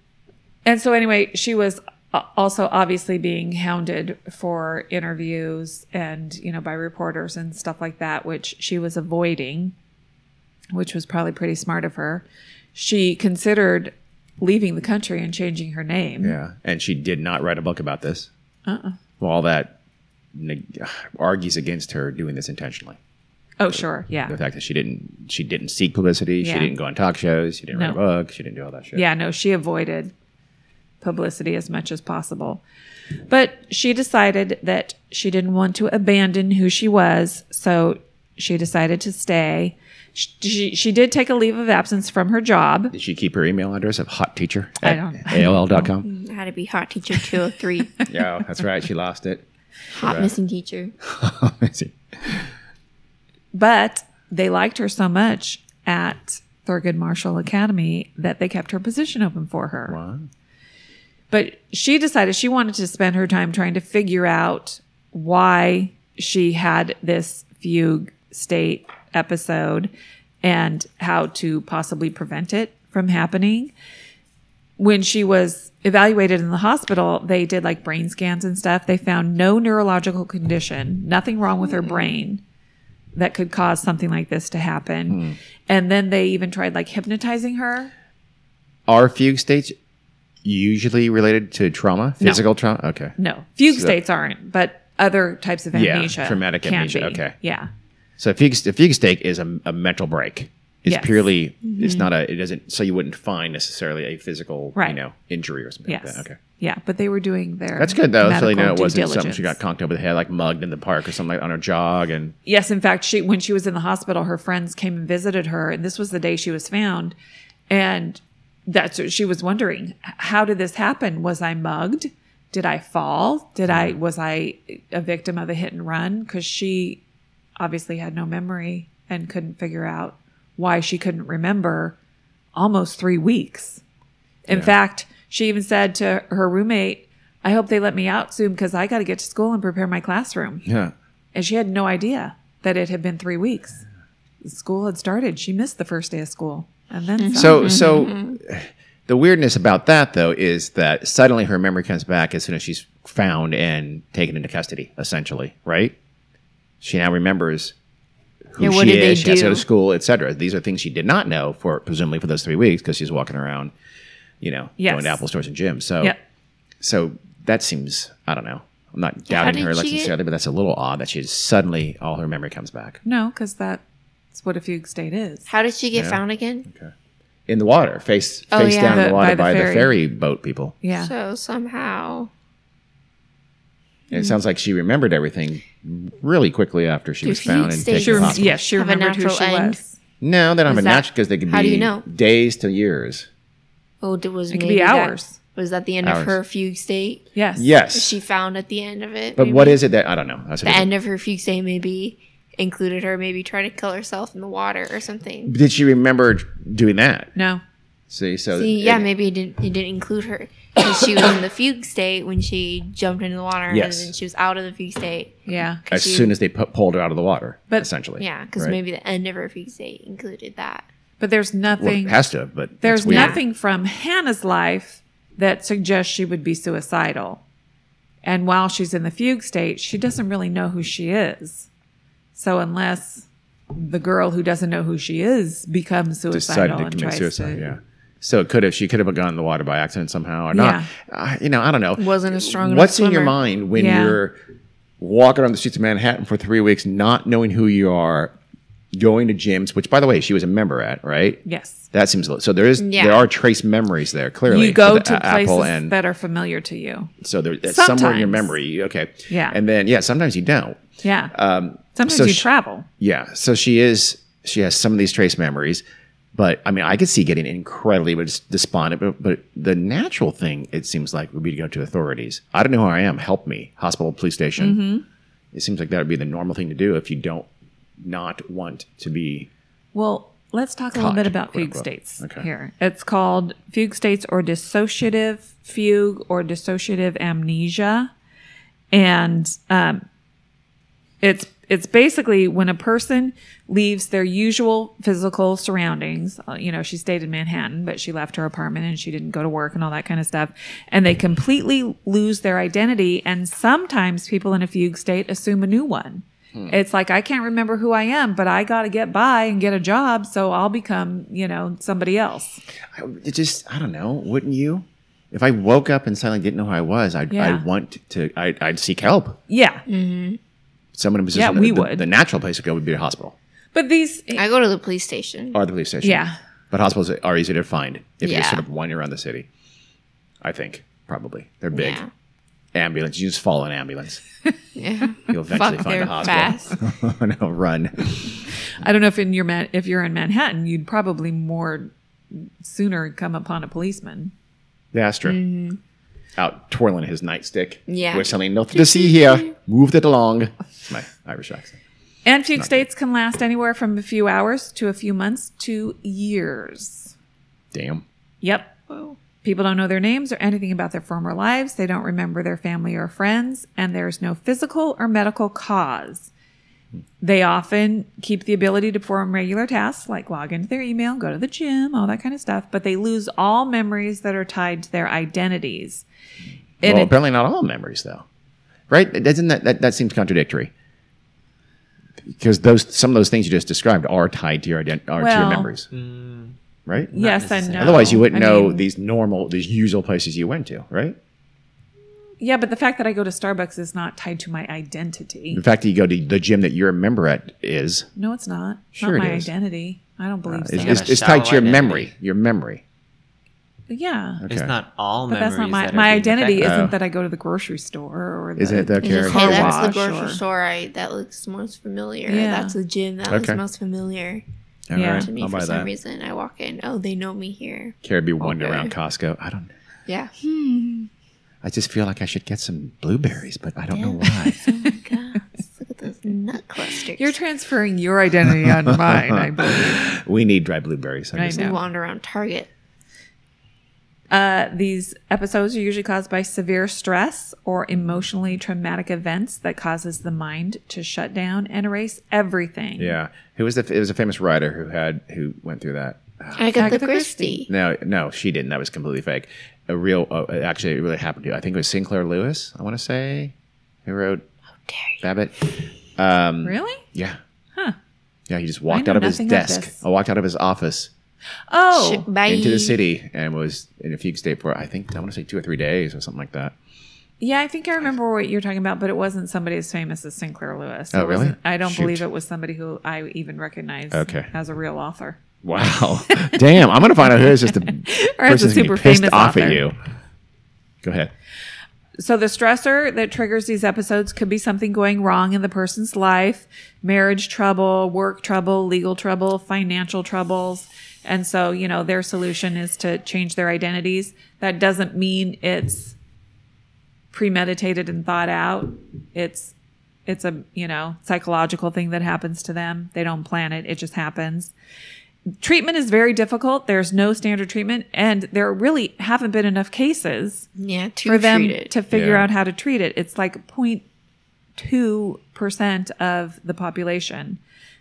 Speaker 3: And so anyway, she was a- also obviously being hounded for interviews and, you know, by reporters and stuff like that, which she was avoiding, which was probably pretty smart of her. She considered leaving the country and changing her name.
Speaker 1: Yeah, and she did not write a book about this.
Speaker 3: Uh-uh.
Speaker 1: Well, all that neg- *sighs* argues against her doing this intentionally.
Speaker 3: Oh, sure. Yeah.
Speaker 1: the fact that she didn't she didn't seek publicity she
Speaker 3: Yeah.
Speaker 1: didn't go on talk shows she didn't write a
Speaker 3: No.
Speaker 1: book she didn't do all that shit
Speaker 3: Yeah, no, she avoided publicity as much as possible. But she decided that she didn't want to abandon who she was, so she decided to stay. She, she, she did take a leave of absence from her job.
Speaker 1: did she keep her email address of hot teacher
Speaker 3: I
Speaker 1: at
Speaker 3: don't- *laughs*
Speaker 1: aol.com
Speaker 2: had to be hot teacher two oh three.
Speaker 1: yeah that's right she lost it
Speaker 2: *laughs*
Speaker 1: *laughs*
Speaker 2: hot missing teacher.
Speaker 3: But they liked her so much at Thurgood Marshall Academy that they kept her position open for her.
Speaker 1: Wow.
Speaker 3: But she decided she wanted to spend her time trying to figure out why she had this fugue state episode and how to possibly prevent it from happening. When she was evaluated in the hospital, they did like brain scans and stuff. They found no neurological condition, nothing wrong with her brain. that could cause something like this to happen.
Speaker 1: Hmm.
Speaker 3: And then they even tried like hypnotizing her.
Speaker 1: Are fugue states usually related to trauma, physical trauma? Okay.
Speaker 3: No, fugue
Speaker 1: So-
Speaker 3: states aren't, but other types of
Speaker 1: Yeah,
Speaker 3: amnesia.
Speaker 1: traumatic
Speaker 3: can
Speaker 1: amnesia,
Speaker 3: be.
Speaker 1: okay.
Speaker 3: Yeah.
Speaker 1: So a fugue, a fugue state is a, a mental break. It's
Speaker 3: Yes. Mm-hmm.
Speaker 1: purely. It's not a. It doesn't. So you wouldn't find necessarily a physical, you
Speaker 3: Right.
Speaker 1: know, injury or something
Speaker 3: Yes.
Speaker 1: like that. Okay.
Speaker 3: Yeah, but they were doing their.
Speaker 1: That's good though. So you know
Speaker 3: medical
Speaker 1: it
Speaker 3: due
Speaker 1: wasn't something she got
Speaker 3: diligence.
Speaker 1: conked over the head, like mugged in the park or something like on her jog, and
Speaker 3: Yes, in fact, she when she was in the hospital, her friends came and visited her, and this was the day she was found, and that's what she was wondering: how did this happen? Was I mugged? Did I fall? Did I was I a victim of a hit and run? Because she obviously had no memory and couldn't figure out why she couldn't remember almost three weeks. In fact, she even said to her roommate, "I hope they let me out soon because I got to get to school and prepare my classroom."
Speaker 1: yeah,
Speaker 3: and she had no idea that it had been three weeks. School had started. She missed the first day of school, and then some.
Speaker 1: So,
Speaker 2: Mm-hmm,
Speaker 1: so the weirdness about that though is that suddenly her memory comes back as soon as she's found and taken into custody, essentially, right? She now remembers who
Speaker 2: Yeah,
Speaker 1: she
Speaker 2: what did they
Speaker 1: is. She has to go to
Speaker 2: do?
Speaker 1: school, etc. These are things she did not know for presumably for those three weeks because she's walking around, you know,
Speaker 3: Yes.
Speaker 1: going to Apple stores and gyms. So,
Speaker 3: yeah,
Speaker 1: so that seems I don't know. I'm not doubting
Speaker 2: did
Speaker 1: her like
Speaker 2: she get-
Speaker 1: necessarily, but that's a little odd that she suddenly all her memory comes back
Speaker 3: no, because that's what a fugue state is.
Speaker 2: How did she get found again?
Speaker 1: in the water, face face
Speaker 2: Oh, yeah.
Speaker 1: down in
Speaker 3: The-
Speaker 1: the water
Speaker 3: by the
Speaker 1: by, the
Speaker 3: ferry.
Speaker 1: ferry boat people.
Speaker 3: Yeah,
Speaker 2: So somehow.
Speaker 1: And It sounds like she remembered everything really quickly after she
Speaker 2: Do
Speaker 1: was
Speaker 2: fugue
Speaker 1: found and
Speaker 2: states
Speaker 1: taken
Speaker 3: she
Speaker 1: to the
Speaker 3: rem-
Speaker 1: hospital.
Speaker 3: yeah, she
Speaker 2: Have a
Speaker 3: remembered who
Speaker 2: natural
Speaker 3: she
Speaker 2: end.
Speaker 3: was.
Speaker 1: No, they don't have a
Speaker 2: Is that-
Speaker 1: natural because they could
Speaker 2: how
Speaker 1: be
Speaker 2: do you know?
Speaker 1: days to years.
Speaker 2: Oh, it was
Speaker 3: It could
Speaker 2: maybe
Speaker 3: be
Speaker 2: that-
Speaker 3: hours.
Speaker 2: was that the end
Speaker 1: Hours.
Speaker 2: of her fugue state?
Speaker 3: Yes,
Speaker 1: Yes,
Speaker 2: She found at the end of it.
Speaker 1: but
Speaker 2: maybe?
Speaker 1: what is it that I don't know? That's
Speaker 2: the
Speaker 1: what it-
Speaker 2: end of her fugue state? Maybe included her maybe trying to kill herself in the water or something.
Speaker 1: Did she remember doing that?
Speaker 3: No,
Speaker 1: See, so
Speaker 2: See, yeah,
Speaker 1: it-
Speaker 2: maybe it didn't it didn't include her because she was in the fugue state when she jumped into the water,
Speaker 1: Yes.
Speaker 2: and then she was out of the fugue state.
Speaker 3: yeah,
Speaker 1: as
Speaker 2: she-
Speaker 1: soon as they pu- pulled her out of the water,
Speaker 3: But-
Speaker 1: essentially,
Speaker 2: Yeah, because
Speaker 1: right?
Speaker 2: maybe the end of her fugue state included that.
Speaker 3: but there's
Speaker 1: Well,
Speaker 3: nothing.
Speaker 1: it has to, have, but that's
Speaker 3: there's
Speaker 1: weird.
Speaker 3: nothing from Hannah's life that suggests she would be suicidal. And while she's in the fugue state, she doesn't really know who she is. So unless the girl who doesn't know who she is becomes
Speaker 1: decided
Speaker 3: suicidal
Speaker 1: to
Speaker 3: and
Speaker 1: commit
Speaker 3: tries
Speaker 1: suicide.
Speaker 3: to
Speaker 1: Yeah. So it could have she could have gone in the water by accident somehow or not. I, you know, I don't know.
Speaker 2: Wasn't a strong enough
Speaker 1: What's in your
Speaker 2: swimmer.
Speaker 1: mind when
Speaker 3: Yeah.
Speaker 1: you're walking on the streets of Manhattan for three weeks, not knowing who you are, going to gyms, which by the way she was a member at, right?
Speaker 3: Yes.
Speaker 1: That seems a little, so. There is
Speaker 2: Yeah.
Speaker 1: there are trace memories there clearly.
Speaker 3: you go
Speaker 1: for the
Speaker 3: to
Speaker 1: A- Apple
Speaker 3: places
Speaker 1: and
Speaker 3: that are familiar to you.
Speaker 1: so there, that's somewhere in your
Speaker 3: Sometimes.
Speaker 1: memory. Okay.
Speaker 3: Yeah.
Speaker 1: And then yeah, sometimes you don't.
Speaker 3: Yeah.
Speaker 1: Um,
Speaker 3: Sometimes
Speaker 1: so
Speaker 3: you
Speaker 1: she-
Speaker 3: travel.
Speaker 1: Yeah. So she is, she has some of these trace memories, but I mean, I could see getting incredibly but despondent. But, but the natural thing, it seems like, would be to go to authorities. I don't know who I am. Help me. Hospital, police station.
Speaker 3: Mm-hmm.
Speaker 1: It seems like that would be the normal thing to do if you don't not want to be.
Speaker 3: Well, let's talk a little
Speaker 1: Caught,
Speaker 3: bit about
Speaker 1: quote,
Speaker 3: fugue
Speaker 1: unquote.
Speaker 3: states
Speaker 1: Okay.
Speaker 3: here. It's called fugue states or dissociative fugue or dissociative amnesia. And um, it's it's basically when a person leaves their usual physical surroundings. uh, You know, she stayed in Manhattan, but she left her apartment and she didn't go to work and all that kind of stuff. And they completely lose their identity. And sometimes people in a fugue state assume a new one. It's like I can't remember who I am, but I got to get by and get a job, so I'll become, you know, somebody else.
Speaker 1: I, it just, I don't know. Wouldn't you? If I woke up and suddenly didn't know who I was, I'd,
Speaker 3: Yeah.
Speaker 1: I'd want to, I'd, I'd seek help.
Speaker 3: Yeah.
Speaker 1: Someone in a
Speaker 3: Yeah,
Speaker 1: position. the,
Speaker 3: we would.
Speaker 1: The natural place to go would be a hospital
Speaker 3: But these
Speaker 2: I go to the police station.
Speaker 1: or the police station.
Speaker 3: yeah.
Speaker 1: But hospitals are easy to find if you
Speaker 2: Yeah.
Speaker 1: just sort of wander around the city. I think probably they're big.
Speaker 2: Yeah.
Speaker 1: Ambulance, you just follow an ambulance.
Speaker 2: *laughs* Yeah.
Speaker 1: You'll eventually
Speaker 2: Fuck,
Speaker 1: find a *laughs*
Speaker 2: they're
Speaker 1: hospital. no, run.
Speaker 3: I don't know if in your man, if you're in Manhattan, you'd probably more sooner come upon a policeman.
Speaker 1: That's true. Out twirling his nightstick.
Speaker 2: Mm-hmm. Yeah.
Speaker 1: We're selling nothing to see here. Move it along. It's my Irish accent.
Speaker 3: And fugue states can last anywhere from a few hours to a few months to years.
Speaker 1: Damn.
Speaker 3: Yep. People don't know their names or anything about their former lives. They don't remember their family or friends, and there's no physical or medical cause. They often keep the ability to perform regular tasks like log into their email, go to the gym, all that kind of stuff, but they lose all memories that are tied to their identities. And
Speaker 1: well,
Speaker 3: it-
Speaker 1: apparently not all memories though, right? Doesn't that that, that seems contradictory? because those some of those things you just described are tied to your ident- are to your
Speaker 3: Well-
Speaker 1: memories,
Speaker 4: Mm,
Speaker 1: right?
Speaker 4: Not
Speaker 3: yes and no.
Speaker 4: necessarily.
Speaker 1: Otherwise, you wouldn't
Speaker 3: Oh, I
Speaker 1: know
Speaker 3: mean,
Speaker 1: these normal, these usual places you went to, right?
Speaker 3: Yeah, but the fact that I go to Starbucks is not tied to my identity.
Speaker 1: The fact that you go to the gym that you're a member at is
Speaker 3: No, it's not. It's
Speaker 1: Sure it
Speaker 3: not my
Speaker 1: is.
Speaker 3: identity. I don't believe
Speaker 1: uh,
Speaker 3: so.
Speaker 1: it's,
Speaker 4: Yeah,
Speaker 1: it's,
Speaker 4: but
Speaker 1: it's tied to your
Speaker 4: shallow
Speaker 1: memory.
Speaker 4: identity.
Speaker 1: Your memory.
Speaker 3: yeah.
Speaker 1: Okay.
Speaker 4: It's not all
Speaker 3: But
Speaker 4: memories.
Speaker 3: that's not my
Speaker 4: that are
Speaker 3: my
Speaker 4: being
Speaker 3: identity.
Speaker 4: affected.
Speaker 1: Oh.
Speaker 3: Isn't that I go to the grocery store or the,
Speaker 1: Is it the
Speaker 2: You just,
Speaker 1: Car
Speaker 2: hey, that's the
Speaker 3: wash
Speaker 2: grocery
Speaker 3: or-
Speaker 2: store. I that looks most familiar.
Speaker 3: Yeah.
Speaker 2: That's the gym. That
Speaker 1: Okay.
Speaker 2: looks most familiar
Speaker 1: All
Speaker 3: Yeah.
Speaker 1: right,
Speaker 2: to me
Speaker 1: I'll
Speaker 2: for
Speaker 1: buy
Speaker 2: some
Speaker 1: that.
Speaker 2: reason. I walk in. Oh, they know me here.
Speaker 1: Carrie be wandering
Speaker 2: Okay.
Speaker 1: around Costco. I don't.
Speaker 2: Yeah.
Speaker 1: I just feel like I should get some blueberries, but I don't know
Speaker 2: Yeah.
Speaker 1: why.
Speaker 2: *laughs* oh my gosh! Look at those nut clusters.
Speaker 3: You're transferring your
Speaker 1: *laughs*
Speaker 3: identity on mine. I believe.
Speaker 1: we need dry blueberries. I'm
Speaker 3: I
Speaker 1: just-
Speaker 3: know.
Speaker 2: we wander around Target.
Speaker 3: Uh, these episodes are usually caused by severe stress or emotionally traumatic events that causes the mind to shut down and erase everything.
Speaker 1: Yeah, who was the? It was a famous writer who had who went through that.
Speaker 2: Agatha
Speaker 3: Agatha Christie.
Speaker 2: Christie.
Speaker 1: No, no, she didn't. That was completely fake. A real, uh, actually, it really happened to. I think it was Sinclair Lewis. I want to say who wrote
Speaker 2: Dare you.
Speaker 1: Babbitt. Um,
Speaker 3: Really?
Speaker 1: Yeah,
Speaker 3: Huh.
Speaker 1: yeah. He just walked
Speaker 3: know
Speaker 1: out of his
Speaker 3: nothing of
Speaker 1: desk.
Speaker 3: this.
Speaker 1: I walked out of his office
Speaker 3: Oh,
Speaker 2: Sh- Bye.
Speaker 1: into the city and was in a fugue state for I think I want to say two or three days or something like that.
Speaker 3: yeah. I think I remember what you're talking about, but it wasn't somebody as famous as Sinclair Lewis.
Speaker 1: Oh,
Speaker 3: It wasn't-
Speaker 1: really?
Speaker 3: I don't
Speaker 1: Shoot.
Speaker 3: believe it was somebody who I even recognize
Speaker 1: Okay.
Speaker 3: as a real author.
Speaker 1: Wow, *laughs* damn! I'm gonna find out who is just the
Speaker 3: *laughs* Or as a
Speaker 1: person's gonna be
Speaker 3: super
Speaker 1: pissed
Speaker 3: famous
Speaker 1: off at
Speaker 3: author.
Speaker 1: you. Go ahead.
Speaker 3: So the stressor that triggers these episodes could be something going wrong in the person's life, marriage trouble, work trouble, legal trouble, financial troubles. And so, you know, their solution is to change their identities. That doesn't mean it's premeditated and thought out. It's it's a, you know, psychological thing that happens to them. They don't plan it, it just happens treatment is very difficult. There's no standard treatment, and there really haven't been enough cases
Speaker 2: Yeah, to
Speaker 3: for them
Speaker 2: treat it.
Speaker 3: to figure
Speaker 1: Yeah.
Speaker 3: out how to treat it. It's like 0.2% of the population.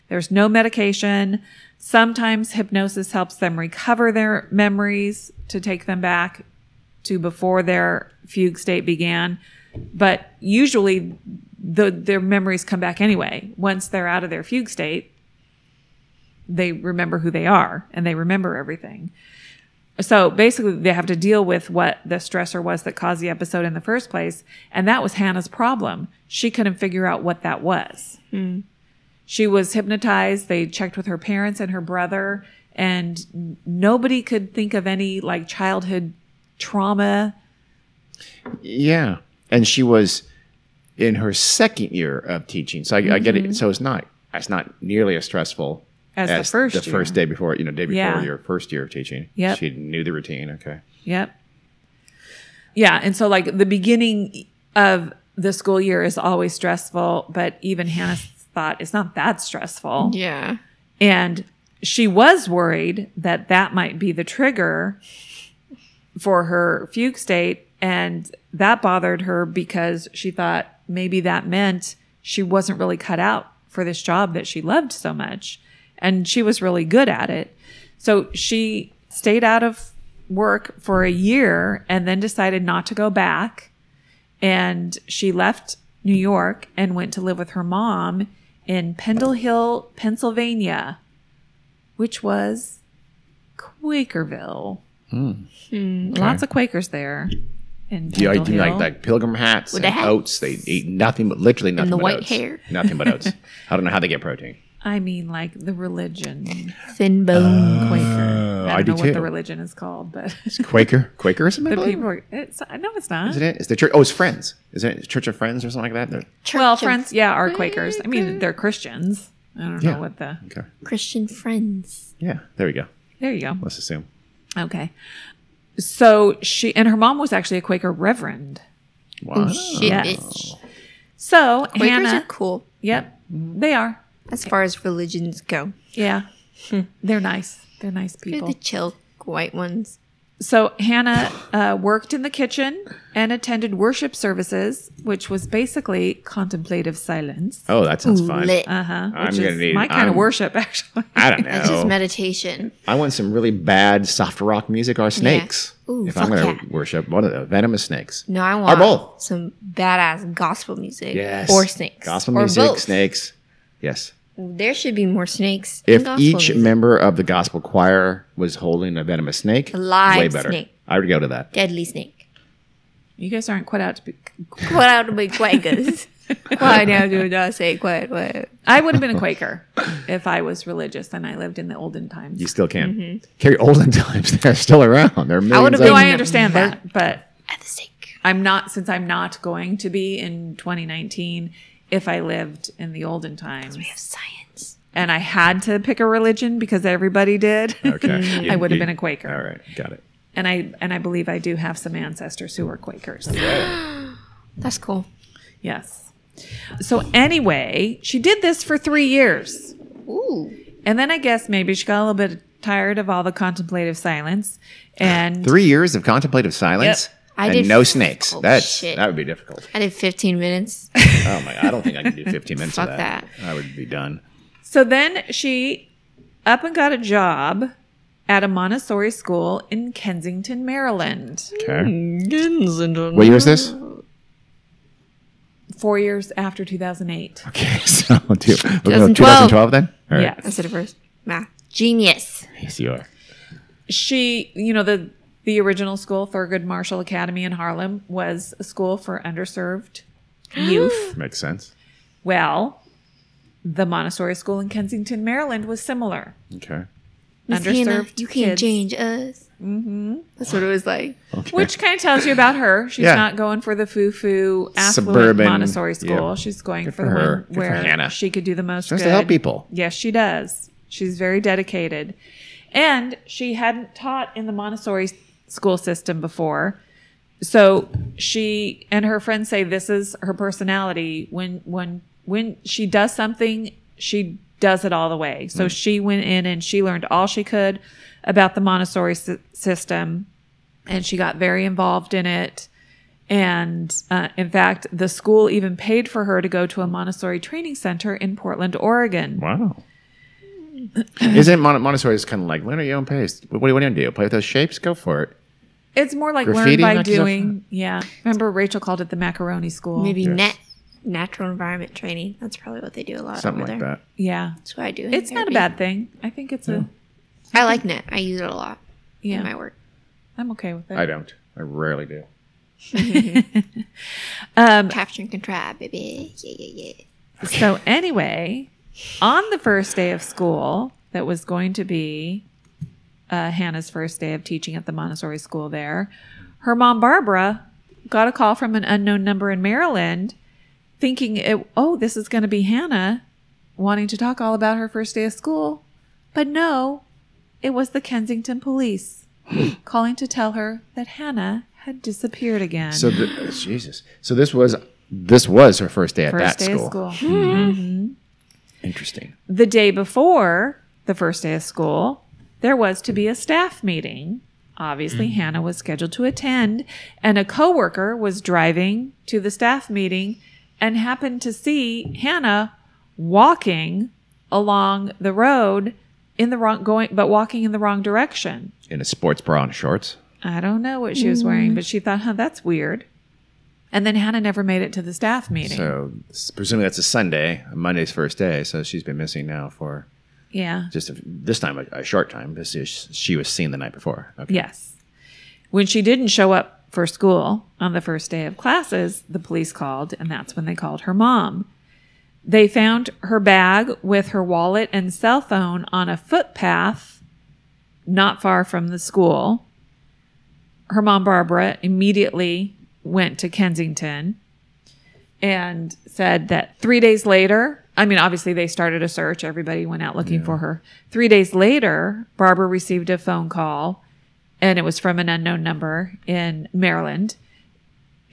Speaker 3: There's no medication. Sometimes hypnosis helps them recover their memories to take them back to before their fugue state began. But usually the, their memories come back anyway. Once they're out of their fugue state, they remember who they are and they remember everything. So basically, they have to deal with what the stressor was that caused the episode in the first place. And that was Hannah's problem. She couldn't figure out what that was. She was hypnotized. They checked with her parents and her brother, and n- nobody could think of any like childhood trauma.
Speaker 1: Yeah, and she was in her second year of teaching, so I, I get
Speaker 2: Mm-hmm.
Speaker 1: it. So it's not it's not nearly as stressful
Speaker 3: As the first
Speaker 1: the first day before you know day before
Speaker 3: Yeah.
Speaker 1: your first year of teaching.
Speaker 3: Yep.
Speaker 1: she knew the routine. Okay,
Speaker 3: Yep. Yeah. And so, like, the beginning of the school year is always stressful, but even Hannah thought it's not that stressful.
Speaker 2: yeah.
Speaker 3: And she was worried that that might be the trigger for her fugue state. And that bothered her because she thought maybe that meant she wasn't really cut out for this job that she loved so much. And she was really good at it. So she stayed out of work for a year and then decided not to go back and she left New York and went to live with her mom in Pendle Hill, Pennsylvania, which was Quakerville.
Speaker 2: Hmm.
Speaker 3: Lots of Quakers there. In
Speaker 1: do you
Speaker 3: Pendle
Speaker 1: do you like
Speaker 3: Hill.
Speaker 1: like pilgrim hats
Speaker 2: With
Speaker 1: and
Speaker 2: the hats.
Speaker 1: oats? They eat nothing but literally nothing
Speaker 2: the
Speaker 1: but
Speaker 2: white
Speaker 1: oats.
Speaker 2: hair.
Speaker 1: *laughs* Nothing but
Speaker 2: *laughs*
Speaker 1: oats. I don't know how they get protein.
Speaker 3: I mean, like the religion
Speaker 2: Thin
Speaker 1: Uh,
Speaker 2: bone.
Speaker 3: Quaker. I don't
Speaker 1: I do
Speaker 3: know what
Speaker 1: too.
Speaker 3: the religion is called, but *laughs*
Speaker 1: It's Quaker Quakerism, I
Speaker 3: the
Speaker 1: believe.
Speaker 3: people. Are, it's no, it's not.
Speaker 1: Isn't it? It's the church. Oh, it's Friends. Isn't it Church of Friends or something like that? They're-
Speaker 3: well, friends, yeah, are Quakers. I mean, they're Christians. I don't
Speaker 1: Yeah.
Speaker 3: know what the.
Speaker 1: okay.
Speaker 2: Christian friends.
Speaker 1: Yeah. There we go.
Speaker 3: There you go.
Speaker 1: Let's assume.
Speaker 3: Okay. So she and her mom was actually a Quaker reverend.
Speaker 1: Wow.
Speaker 2: Oh, Shit,
Speaker 3: Yes.
Speaker 2: bitch.
Speaker 3: So
Speaker 2: Quakers
Speaker 3: Hannah,
Speaker 2: are cool
Speaker 3: yep, they are.
Speaker 2: as far as religions go.
Speaker 3: Yeah,
Speaker 2: Hmm.
Speaker 3: they're nice. They're nice
Speaker 2: They're
Speaker 3: people.
Speaker 2: the chill white ones.
Speaker 3: So Hannah uh, worked in the kitchen and attended worship services, which was basically contemplative silence.
Speaker 1: Oh, that sounds fun.
Speaker 2: Lit.
Speaker 3: Uh huh.
Speaker 1: I'm
Speaker 3: Which
Speaker 1: gonna
Speaker 3: is
Speaker 1: need-
Speaker 3: my kind
Speaker 1: I'm-
Speaker 3: of worship, *laughs* actually.
Speaker 1: I
Speaker 2: *laughs*
Speaker 1: don't know.
Speaker 2: That's just meditation.
Speaker 1: I want some really bad soft rock music or snakes.
Speaker 2: Ooh,
Speaker 1: if I'm
Speaker 2: fuck
Speaker 1: going to
Speaker 2: yeah.
Speaker 1: worship one of the venomous snakes.
Speaker 2: No, I want
Speaker 1: both.
Speaker 2: some badass gospel music.
Speaker 1: Yes.
Speaker 2: Or snakes.
Speaker 1: Gospel
Speaker 2: or
Speaker 1: music,
Speaker 2: both.
Speaker 1: snakes. Yes.
Speaker 2: There should be more snakes. in
Speaker 1: If
Speaker 2: gospel
Speaker 1: each
Speaker 2: music.
Speaker 1: member of the gospel choir was holding a venomous snake,
Speaker 2: A live
Speaker 1: way better.
Speaker 2: snake.
Speaker 1: I would go to that.
Speaker 2: deadly snake.
Speaker 3: You guys aren't quite out to be.
Speaker 2: What out of my quakers? *laughs* Why now do not say quiet? What?
Speaker 3: I would have been a Quaker if I was religious and I lived in the olden times.
Speaker 1: You still can. Carrie Olden *laughs* times, they're still around. They're
Speaker 2: Mm-hmm. I
Speaker 1: millions
Speaker 2: would've
Speaker 3: No,
Speaker 1: of
Speaker 3: I
Speaker 2: Been
Speaker 3: understand that, but
Speaker 2: At the stake.
Speaker 3: I'm not since I'm not going to be in 2019. If I lived in the olden times
Speaker 2: We have science.
Speaker 3: and I had to pick a religion because everybody did,
Speaker 2: *laughs*
Speaker 1: Okay.
Speaker 3: *laughs* I would have
Speaker 1: You-
Speaker 3: been a Quaker.
Speaker 1: All right, got it.
Speaker 3: And I and I believe I do have some ancestors who were Quakers.
Speaker 2: That's cool.
Speaker 3: Yes. So anyway, she did this for three years.
Speaker 2: Ooh.
Speaker 3: And then I guess maybe she got a little bit tired of all the contemplative silence. And
Speaker 1: Three years of contemplative silence
Speaker 3: Yep.
Speaker 2: I
Speaker 1: and
Speaker 2: did-
Speaker 1: no snakes.
Speaker 2: Oh,
Speaker 1: That's
Speaker 2: shit.
Speaker 1: that would be difficult.
Speaker 2: I did 15 minutes.
Speaker 1: Oh my! I don't think I can
Speaker 2: *laughs*
Speaker 1: do 15 minutes of
Speaker 2: Fuck
Speaker 1: that. I would be done.
Speaker 3: so then she up and got a job at a Montessori school in Kensington, Maryland.
Speaker 2: Mm.
Speaker 1: Okay.
Speaker 2: Kensington.
Speaker 1: What year is this?
Speaker 3: Four years after 2008.
Speaker 1: Okay, *laughs* so two, we'll go
Speaker 2: 2012.
Speaker 1: 2012 then. All right.
Speaker 3: Yes.
Speaker 2: I said it first. Math. Genius.
Speaker 1: Yes, you are.
Speaker 3: she you know the the original school thurgood marshall academy in harlem was a school for
Speaker 2: *gasps*
Speaker 3: underserved youth
Speaker 1: Makes sense.
Speaker 3: well the montessori school in kensington maryland was similar
Speaker 1: Okay.
Speaker 2: Miss Hannah, you can't
Speaker 3: kids,
Speaker 2: change us. Mm-hmm. That's what it was like.
Speaker 1: Okay.
Speaker 3: which kind of tells you about her she's
Speaker 1: Yeah.
Speaker 3: not going for the foo-foo affluent
Speaker 1: Suburban,
Speaker 3: montessori school
Speaker 1: yeah.
Speaker 3: she's going for,
Speaker 1: for
Speaker 3: the
Speaker 1: her.
Speaker 3: one
Speaker 1: Good for
Speaker 3: where
Speaker 1: Hannah.
Speaker 3: she could do the most
Speaker 1: Tries
Speaker 3: good.
Speaker 1: to help people.
Speaker 3: Yes, she does. She's very dedicated. And she hadn't taught in the Montessori s- school system before. So she and her friends say this is her personality. When when when she does something, she does it all the way. So she went in and she learned all she could about the Montessori s- system and she got very involved in it. And uh, in fact, the school even paid for her to go to a Montessori training center in Portland, Oregon.
Speaker 1: Wow. Isn't Mon- Montessori is kind of like learn at your own pace? What, what do you want to do? Play with those shapes? Go for it.
Speaker 3: It's more like
Speaker 1: Graffiti,
Speaker 3: learn by
Speaker 1: not just-
Speaker 3: doing. Yeah. Remember, Rachel called it the macaroni
Speaker 1: Oh,
Speaker 3: school.
Speaker 2: Maybe net natural environment training. That's probably what they do a
Speaker 3: Uh,
Speaker 2: lot
Speaker 1: Something
Speaker 2: over
Speaker 1: like
Speaker 2: there.
Speaker 1: that.
Speaker 3: Yeah.
Speaker 2: That's what I do. in
Speaker 3: It's not a
Speaker 2: therapy.
Speaker 3: bad thing. I think it's a.
Speaker 2: I like net. I use it a lot in my
Speaker 3: Yeah.
Speaker 2: work.
Speaker 3: I'm okay with
Speaker 1: I
Speaker 3: it.
Speaker 1: don't. I rarely do.
Speaker 3: Um,
Speaker 2: Capture and contrive, baby. Yeah, yeah, yeah.
Speaker 3: so, anyway, on the first day of school, that was going to be uh, Hannah's first day of teaching at the Montessori school there, her mom, Barbara, got a call from an unknown number in Maryland thinking, it, oh, this is going to be Hannah wanting to talk all about her first day of school. But no, it was the Kensington
Speaker 1: *gasps*
Speaker 3: police calling to tell her that Hannah had disappeared again.
Speaker 1: So the, Jesus. So this was this was her first day at
Speaker 3: first
Speaker 1: that
Speaker 3: day
Speaker 1: school. Hmm.
Speaker 3: of school.
Speaker 1: Interesting.
Speaker 3: the day before the first day of school, there was to be a staff meeting. Obviously, Hannah was scheduled to attend, and a coworker was driving to the staff meeting and happened to see Hannah walking along the road in the wrong going but walking in the wrong direction.
Speaker 1: In a sports bra and shorts.
Speaker 3: I don't know what she was wearing, but she thought, "Huh, that's weird." And then Hannah never made it to the staff meeting.
Speaker 1: So s- presuming that's a Sunday, Monday's first day. So she's been missing now for
Speaker 3: yeah.
Speaker 1: just a, this time a, a short time. This is she was seen the night before. Okay.
Speaker 3: Yes. When she didn't show up for school on the first day of classes, the police called, and that's when they called her mom. They found her bag with her wallet and cell phone on a footpath not far from the school. Her mom, Barbara, immediately went to Kensington and said that three days later, I mean, obviously they started a search. Everybody went out looking for her. Three days later, Barbara received a phone call and it was from an unknown number in Maryland.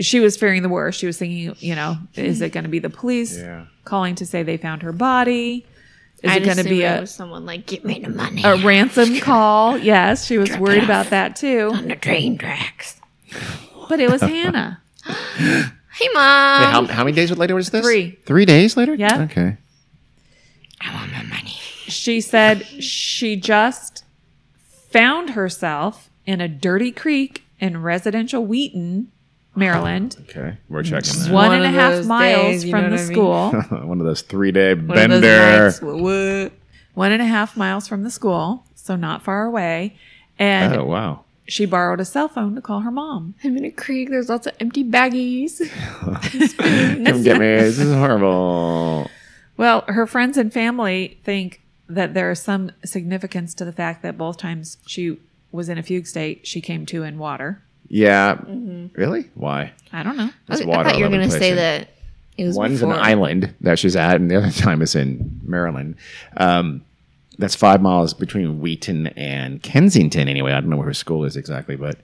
Speaker 3: She was fearing the worst. She was thinking, you know, is it going to be the police
Speaker 1: Yeah.
Speaker 3: calling to say they found her body? Is
Speaker 2: I
Speaker 3: it going to be
Speaker 2: it
Speaker 3: a,
Speaker 2: was someone like, give me the money.
Speaker 3: a ransom call? Yes, she was worried about that too.
Speaker 2: on the train tracks.
Speaker 3: But it was Hannah.
Speaker 2: Hey, mom.
Speaker 1: Wait, how, how many days later was this?
Speaker 3: Three.
Speaker 1: Three days later.
Speaker 3: Yeah.
Speaker 1: Okay.
Speaker 2: I want my money.
Speaker 3: She said she just found herself in a dirty creek in residential Wheaton Maryland,
Speaker 1: Okay, we're checking
Speaker 3: one
Speaker 1: that.
Speaker 4: One
Speaker 3: and a
Speaker 4: of
Speaker 3: half
Speaker 4: those
Speaker 3: miles
Speaker 4: days, you know
Speaker 3: from the
Speaker 4: what I mean?
Speaker 3: school.
Speaker 1: *laughs* One of those three day
Speaker 4: One of those
Speaker 1: bender.
Speaker 4: nights, what- what?
Speaker 3: one and a half miles from the school, so not far away. And
Speaker 1: Oh wow.
Speaker 3: she borrowed a cell phone to call her mom.
Speaker 2: I'm in a creek. There's lots of empty baggies.
Speaker 1: Come get me. This is horrible.
Speaker 3: Well, her friends and family think that there is some significance to the fact that both times she was in a fugue state, she came to in water.
Speaker 1: Yeah. Really? Why?
Speaker 3: I don't know.
Speaker 2: I, was-
Speaker 1: There's
Speaker 2: I thought you were
Speaker 1: all over
Speaker 2: going
Speaker 1: the
Speaker 2: to
Speaker 1: place
Speaker 2: say
Speaker 1: here.
Speaker 2: that it was
Speaker 1: One's
Speaker 2: before.
Speaker 1: an island that she's at, and the other *laughs* time is in Maryland. Um, that's five miles between Wheaton and Kensington. Anyway, I don't know where her school is exactly, but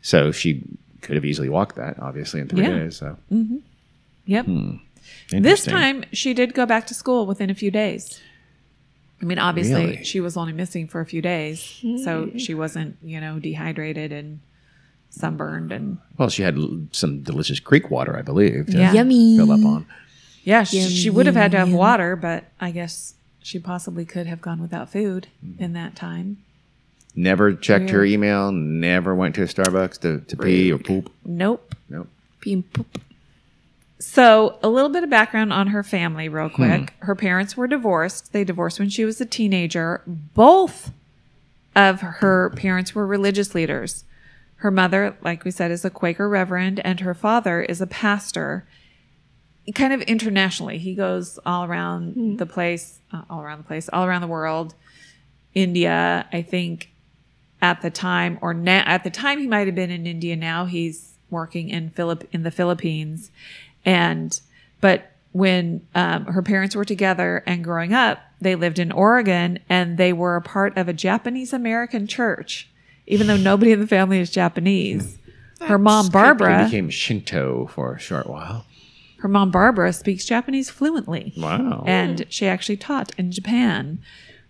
Speaker 1: so she could have easily walked that, obviously, in three
Speaker 3: Yeah.
Speaker 1: days. So
Speaker 3: Yep. This
Speaker 1: Mm-hmm. Interesting.
Speaker 3: time she did go back to school within a few days. I mean, obviously
Speaker 1: Really? Hmm.
Speaker 3: she was only missing for a few days, so she wasn't, you know, dehydrated and sunburned and
Speaker 1: well, she had l- some delicious creek water, I believe, to
Speaker 3: Yeah.
Speaker 2: Yummy.
Speaker 1: fill up on.
Speaker 3: Yeah, she,
Speaker 2: Yum,
Speaker 3: she would have had to have
Speaker 2: yum, yum.
Speaker 3: water, but I guess she possibly could have gone without food in that time.
Speaker 1: Never checked her email. Never went to a Starbucks to, to pee or poop.
Speaker 3: Nope.
Speaker 1: Nope.
Speaker 2: Being poop.
Speaker 3: So, a little bit of background on her family, real quick. Her parents were divorced. They divorced when she was a teenager. Both of her parents were religious leaders. Her mother, like we said, is a Quaker reverend, and her father is a pastor, kind of internationally. He goes all around the place, uh, all around the place, all around the world. India, I think, at the time, or na- at the time he might have been in India. Now he's working in Philip in the Philippines, and but when um, her parents were together and growing up, they lived in Oregon and they were a part of a Japanese American church, even though nobody in the family is Japanese. Her mom
Speaker 1: It
Speaker 3: Barbara,
Speaker 1: became Shinto for a short while.
Speaker 3: her mom Barbara speaks Japanese fluently
Speaker 1: Wow.
Speaker 3: and she actually taught in Japan.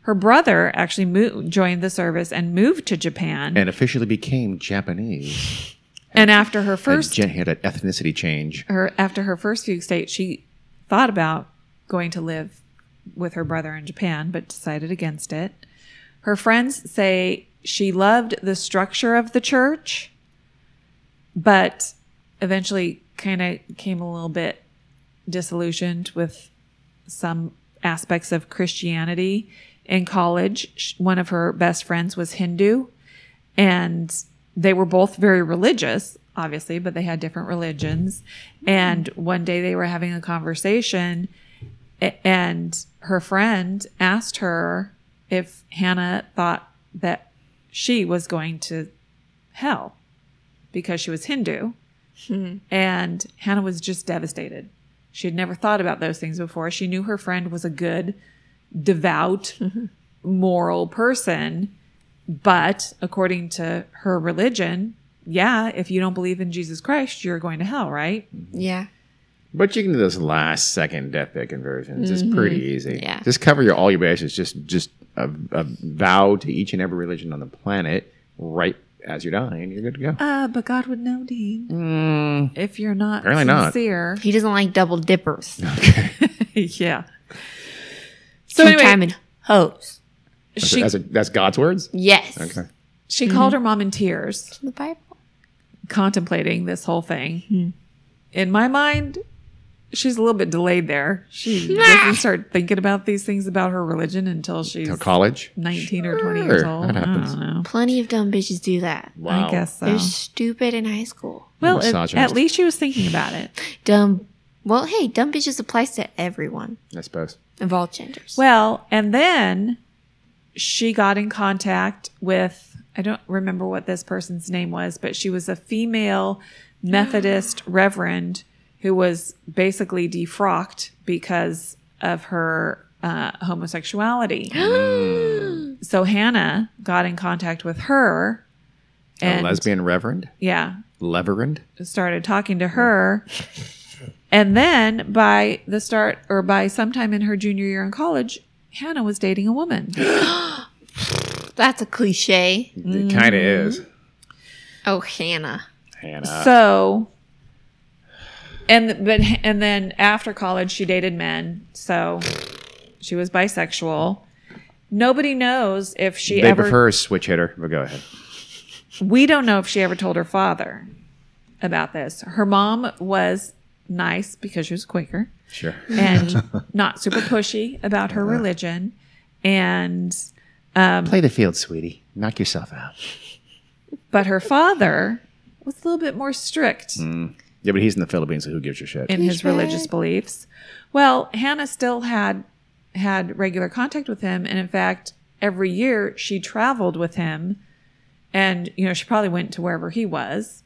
Speaker 3: Her brother actually moved, joined the service and moved to Japan. And,
Speaker 1: and officially became Japanese.
Speaker 3: after her
Speaker 1: First,
Speaker 3: first
Speaker 1: Jen had an ethnicity change.
Speaker 3: her after her first fugue state, she thought about going to live with her brother in Japan, but decided against it. Her friends say she loved the structure of the church, but eventually kind of came a little bit disillusioned with some aspects of Christianity. In college, sh- one of her best friends was Hindu, and they were both very religious, obviously, but they had different religions. And one day they were having a conversation, a- and her friend asked her if Hannah thought that she was going to hell because she was Hindu. And Hannah was just devastated. She had never thought about those things before. She knew her friend was a good, devout, moral person. But according to her religion, yeah, if you don't believe in Jesus Christ, you're going to hell, right?
Speaker 2: Yeah.
Speaker 1: But you can do those last second death bed conversions. It's pretty
Speaker 3: Mm-hmm.
Speaker 1: easy.
Speaker 2: Yeah.
Speaker 1: Just cover your all your bases. Just just a, a vow to each and every religion on the planet right as you're dying. You're good to go.
Speaker 3: Uh, but God would know, Dean,
Speaker 1: Mm,
Speaker 3: if you're not
Speaker 1: Apparently not.
Speaker 3: *laughs* sincere.
Speaker 2: He doesn't like
Speaker 1: *laughs*
Speaker 2: double dippers.
Speaker 3: yeah.
Speaker 2: So
Speaker 3: So
Speaker 2: Sometime
Speaker 3: anyway,
Speaker 2: in hose.
Speaker 1: that's,
Speaker 3: she,
Speaker 1: that's, a, that's God's words.
Speaker 2: Yes.
Speaker 1: Okay.
Speaker 3: she called her mom in tears.
Speaker 2: The Bible.
Speaker 3: contemplating this whole thing. In my mind, she's a little bit delayed there. *laughs* She doesn't start thinking about these things about her religion until she's
Speaker 1: Till college.
Speaker 3: 19 or 20 years
Speaker 1: Sure,
Speaker 3: old.
Speaker 1: that
Speaker 3: I
Speaker 1: happens.
Speaker 3: don't know.
Speaker 2: Plenty of dumb bitches do that.
Speaker 1: Wow.
Speaker 3: I guess so.
Speaker 2: They're stupid in high school.
Speaker 3: well, at,
Speaker 1: misogynist.
Speaker 3: at least she was thinking about it.
Speaker 2: Dumb. Well, hey, dumb bitches applies to everyone
Speaker 1: I suppose.
Speaker 2: of all genders.
Speaker 1: *gasps*
Speaker 3: Well, and then she got in contact with, I don't remember what this person's name was, but she was a female Methodist reverend who was basically defrocked because of her uh,
Speaker 2: *gasps*
Speaker 3: homosexuality.
Speaker 1: Mm.
Speaker 3: so Hannah got in contact with her.
Speaker 1: a
Speaker 3: And
Speaker 1: lesbian reverend.
Speaker 3: Yeah
Speaker 1: Leverend.
Speaker 3: started talking to her. And then by the start or by sometime in her junior year in college, Hannah was dating a woman.
Speaker 2: That's a cliche.
Speaker 1: It kind of is.
Speaker 2: Oh, Hannah.
Speaker 1: Hannah.
Speaker 3: Mm. so and but and then after college she dated men. So she was bisexual. Nobody knows if she
Speaker 1: they
Speaker 3: ever
Speaker 1: prefer a switch hitter, but go ahead.
Speaker 3: we don't know if she ever told her father. about this. Her mom was nice because she was Quaker
Speaker 1: Sure.
Speaker 3: and not super pushy about her religion. And um,
Speaker 1: Play the field, sweetie. Knock yourself out.
Speaker 3: but her father was a little bit more
Speaker 1: Hmm.
Speaker 3: strict
Speaker 1: Yeah, but he's in the Philippines, so who gives a shit?
Speaker 3: in his religious beliefs. Well, Hannah still had had regular contact with him, and in fact, every year she traveled with him, and you know she probably went to wherever he was,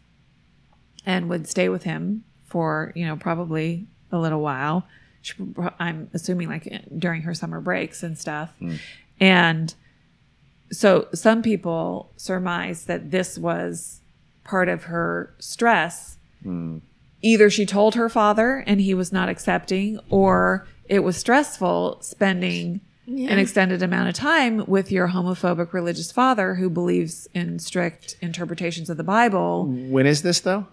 Speaker 3: and would stay with him for you know probably a little while. She, pro- I'm assuming like during her summer breaks and stuff, and so some people surmise that this was part of her stress either she told her father and he was not accepting or it was stressful spending an extended amount of time with your homophobic religious father who believes in strict interpretations of the bible
Speaker 1: When is this though?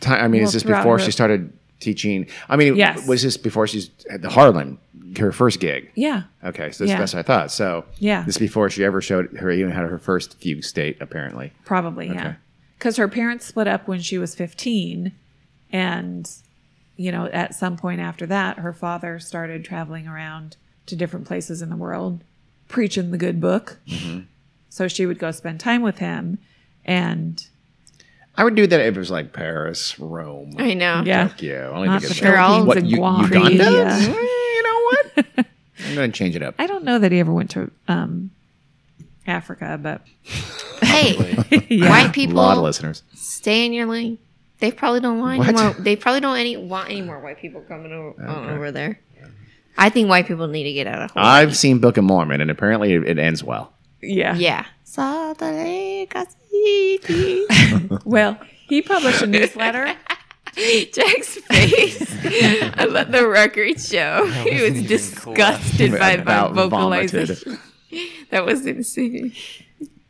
Speaker 1: Ti I mean,
Speaker 3: Well,
Speaker 1: is this
Speaker 3: throughout
Speaker 1: before
Speaker 3: her-
Speaker 1: she started teaching? I mean,
Speaker 3: Yes.
Speaker 1: was this before she's at the Harlem, her first gig?
Speaker 3: yeah
Speaker 1: Okay, so that's,
Speaker 3: Yeah.
Speaker 1: that's what I thought. So
Speaker 3: Yeah.
Speaker 1: this is before she ever showed her even had her first fugue state. Apparently,
Speaker 3: probably yeah
Speaker 1: Okay.
Speaker 3: because her parents split up when she was 15 and you know at some point after that her father started traveling around to different places in the world preaching the good book so she would go spend time with him and
Speaker 1: I would do that if it was like Paris, Rome,
Speaker 2: I know.
Speaker 3: yeah
Speaker 1: Tokyo. I only
Speaker 3: Not
Speaker 1: think
Speaker 3: the
Speaker 1: it's
Speaker 2: Sure, all
Speaker 3: Philippines
Speaker 2: of
Speaker 1: what
Speaker 3: and
Speaker 1: U-
Speaker 3: Guam.
Speaker 1: Uganda.
Speaker 3: Yeah.
Speaker 1: Mm, You know
Speaker 3: *laughs*
Speaker 1: what? I'm going to change it up.
Speaker 3: I don't know that he ever went to um, Africa, *laughs* but
Speaker 2: Hey,
Speaker 3: yeah.
Speaker 2: white
Speaker 1: A
Speaker 2: people
Speaker 1: lot of listeners.
Speaker 2: stay in your lane. They probably don't want
Speaker 1: What?
Speaker 2: any more. They probably don't any want any more white people coming over, on over there. I think white people need to get out of Hawaii.
Speaker 1: I've seen Book of Mormon, and apparently it, it ends well.
Speaker 3: yeah.
Speaker 2: yeah. Saturday, Cacique.
Speaker 3: Well,
Speaker 1: *laughs*
Speaker 3: he published a newsletter.
Speaker 2: *laughs* Jack's face. I let the record show. He was disgusted by that
Speaker 1: About vomited.
Speaker 2: vocalization. *laughs* That was insane.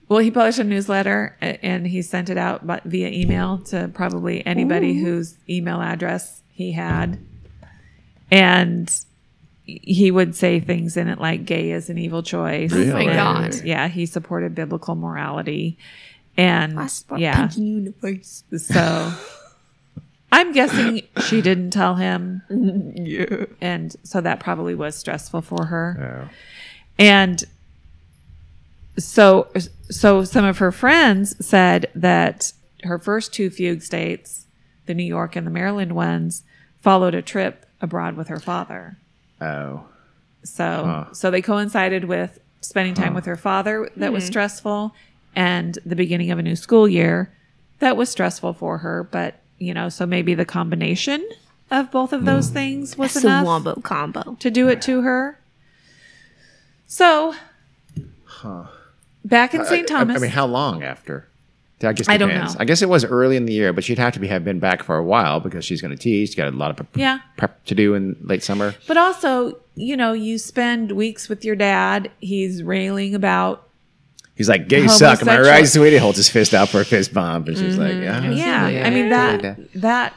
Speaker 3: well, he published a newsletter a- and he sent it out by, via email to probably anybody whose email address he had. And he would say things in it like gay is an evil choice.
Speaker 1: Really? Oh my
Speaker 3: and,
Speaker 2: God.
Speaker 3: Yeah, he supported biblical morality. And yeah,
Speaker 2: Punching you in the face.
Speaker 3: So I'm guessing she didn't tell him.
Speaker 2: *laughs* Yeah.
Speaker 3: And so that probably was stressful for her.
Speaker 1: Oh.
Speaker 3: And so so some of her friends said that her first two fugue states, the New York and the Maryland ones, followed a trip abroad with her father.
Speaker 1: Oh.
Speaker 3: So so they coincided with spending time with her father that was
Speaker 2: Hmm.
Speaker 3: stressful and the beginning of a new school year that was stressful for her, but you know, so maybe the combination of both of those things was
Speaker 2: It's a
Speaker 3: enough
Speaker 2: wombo combo.
Speaker 3: to do it to her. So back in St.
Speaker 1: I-
Speaker 3: Thomas.
Speaker 1: I, mean, how long after? I guess
Speaker 3: I don't
Speaker 1: depends.
Speaker 3: know.
Speaker 1: I guess it was early in the year, but she'd have to be, have been back for a while because she's going to teach. She's got a lot of prep,
Speaker 3: Yeah.
Speaker 1: prep to do in late summer.
Speaker 3: But also, you know, you spend weeks with your dad. He's railing about
Speaker 1: He's like, "Gay suck, am I right,
Speaker 3: Homosexual.
Speaker 1: sweetie?" Holds his fist out for a fist bump, and she's like, "Yeah,
Speaker 3: Yeah, I mean that that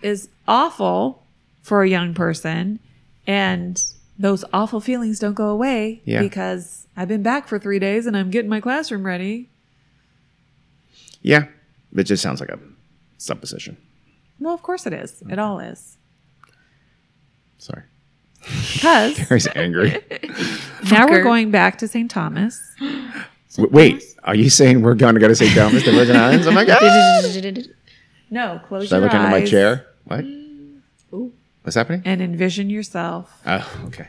Speaker 3: is awful for a young person, and those awful feelings don't go away
Speaker 1: Yeah.
Speaker 3: because I've been back for three days and I'm getting my classroom ready.
Speaker 1: yeah." It just sounds like a supposition.
Speaker 3: Well, of course it is. It all is
Speaker 1: Sorry, *laughs*
Speaker 3: because
Speaker 1: he's angry.
Speaker 3: now we're
Speaker 2: Fucker.
Speaker 3: going back to St. Thomas. *laughs*
Speaker 1: W- Wait, are you saying we're going to go to St. Thomas, the Virgin Islands? I'm like, ah!
Speaker 3: No, close
Speaker 1: should I
Speaker 3: your
Speaker 1: look under
Speaker 3: eyes
Speaker 1: my chair? What?
Speaker 2: Ooh.
Speaker 1: What's happening?
Speaker 3: and envision yourself
Speaker 1: Oh, okay.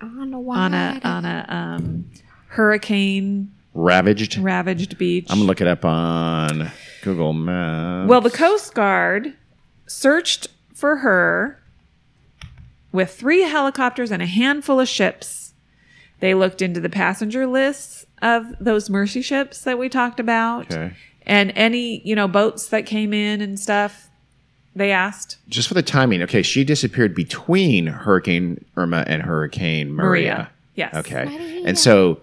Speaker 2: On a uh,
Speaker 3: on a on a um, hurricane
Speaker 1: Ravaged.
Speaker 3: ravaged beach.
Speaker 1: I'm gonna look it up on Google Maps.
Speaker 3: Well, the Coast Guard searched for her with three helicopters and a handful of ships. They looked into the passenger lists of those mercy ships that we talked about
Speaker 1: okay.
Speaker 3: and any, you know, boats that came in and stuff. They asked
Speaker 1: just for the timing, okay, she disappeared between Hurricane Irma and Hurricane Maria.
Speaker 3: Yes.
Speaker 1: Okay. And so